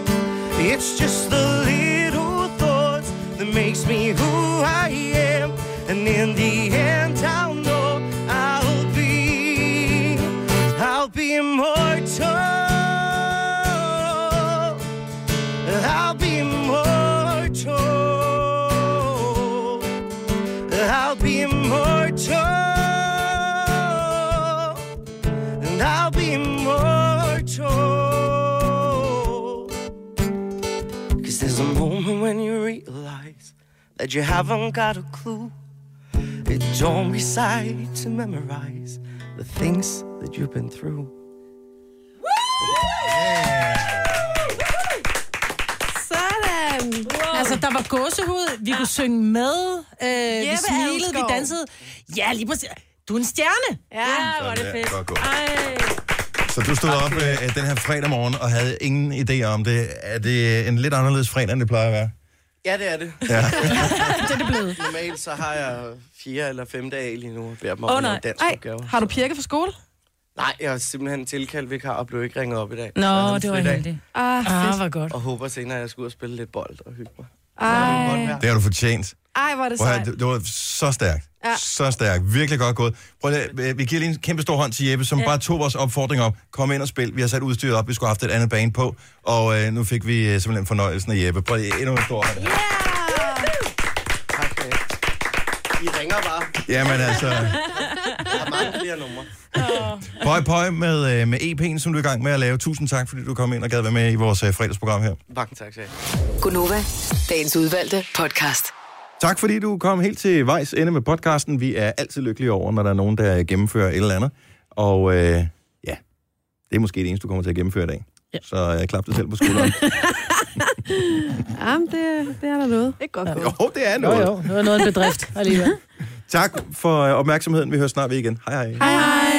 S: It's just the little thoughts that makes me who I am. And in the end, I'll know I'll be. I'll be immortal. I'll be immortal. I'll be immortal. And I'll be immortal.
T: Cause there's a moment when you realize
S: That you haven't got a clue. It don't recite to memorize the things that you've been through.
C: Sådan! Wow. Altså, der var gåsehud, vi kunne synge med, øh, vi
D: Jeppe
C: smilede, vi
D: Alskov.
C: dansede. Ja, lige præcis. Du er en stjerne!
D: Ja,
B: hvor er det Sådan der. fedt. Godt gået.
D: Ej.
B: Så du stod op øh, den her fredag morgen og havde ingen idé om det. Er det en lidt anderledes fredag, end det plejer at være?
R: Ja, det er det.
B: Ja.
R: det
C: er det blevet.
R: Normalt så har jeg fire eller fem dage lige nu, og bliver dem
E: Åh,
R: op oh,
E: nej.
R: dansk
E: Ej,
R: opgave.
E: har du pirket fra skole?
R: Nej, jeg er simpelthen tilkaldt vikar og blev ikke ringet op i dag.
E: Nå,
R: Så jeg havde en
E: det var
R: fridag.
E: heldigt. Ah, Ah, fedt. hvor godt.
R: Og håber senere, at jeg skal ud og spille lidt bold og hygge mig.
E: Ej,
B: Det har du fortjent.
E: Ej hvor er det
B: Prøv at høre,
E: sejt.
B: det, det var så stærkt.
E: Ja.
B: Ja. Så stærkt. Virkelig godt gået. Prøv at, øh, vi giver lige en kæmpe stor hånd til Jeppe, som
E: Ja.
B: ja. bare tog vores opfordring op. Kom ind og spil. Vi har sat udstyret op. Vi skulle have haft et andet bane på. Og øh, nu fik vi øh, simpelthen fornøjelsen af Jeppe. Prøv lige endnu en stor hånd.
R: Tak. øh. I ringer bare.
B: Jamen altså.
R: Jeg har mange flere numre.
B: Pøj, pøj med, øh, med EP'en, som du er i gang med at lave. Tusind tak, fordi du kom ind og gad være med i vores øh, fredagsprogram her.
R: Mange tak, sagde
A: Gunova, dagens udvalgte podcast.
B: Tak fordi du kom helt til vejs ende med podcasten. Vi er altid lykkelige over, når der er nogen, der gennemfører et eller andet. Og øh, ja, det er måske det eneste, du kommer til at gennemføre i dag. Ja. Så øh, klap dig selv på skulderen.
E: Jamen, det, det er der noget. Det er godt.
B: jo, det er noget.
C: Jo, jo, det var noget af en bedrift alligevel.
B: Tak for øh, opmærksomheden. Vi hører snart ved igen. Hej hej.
E: Hej.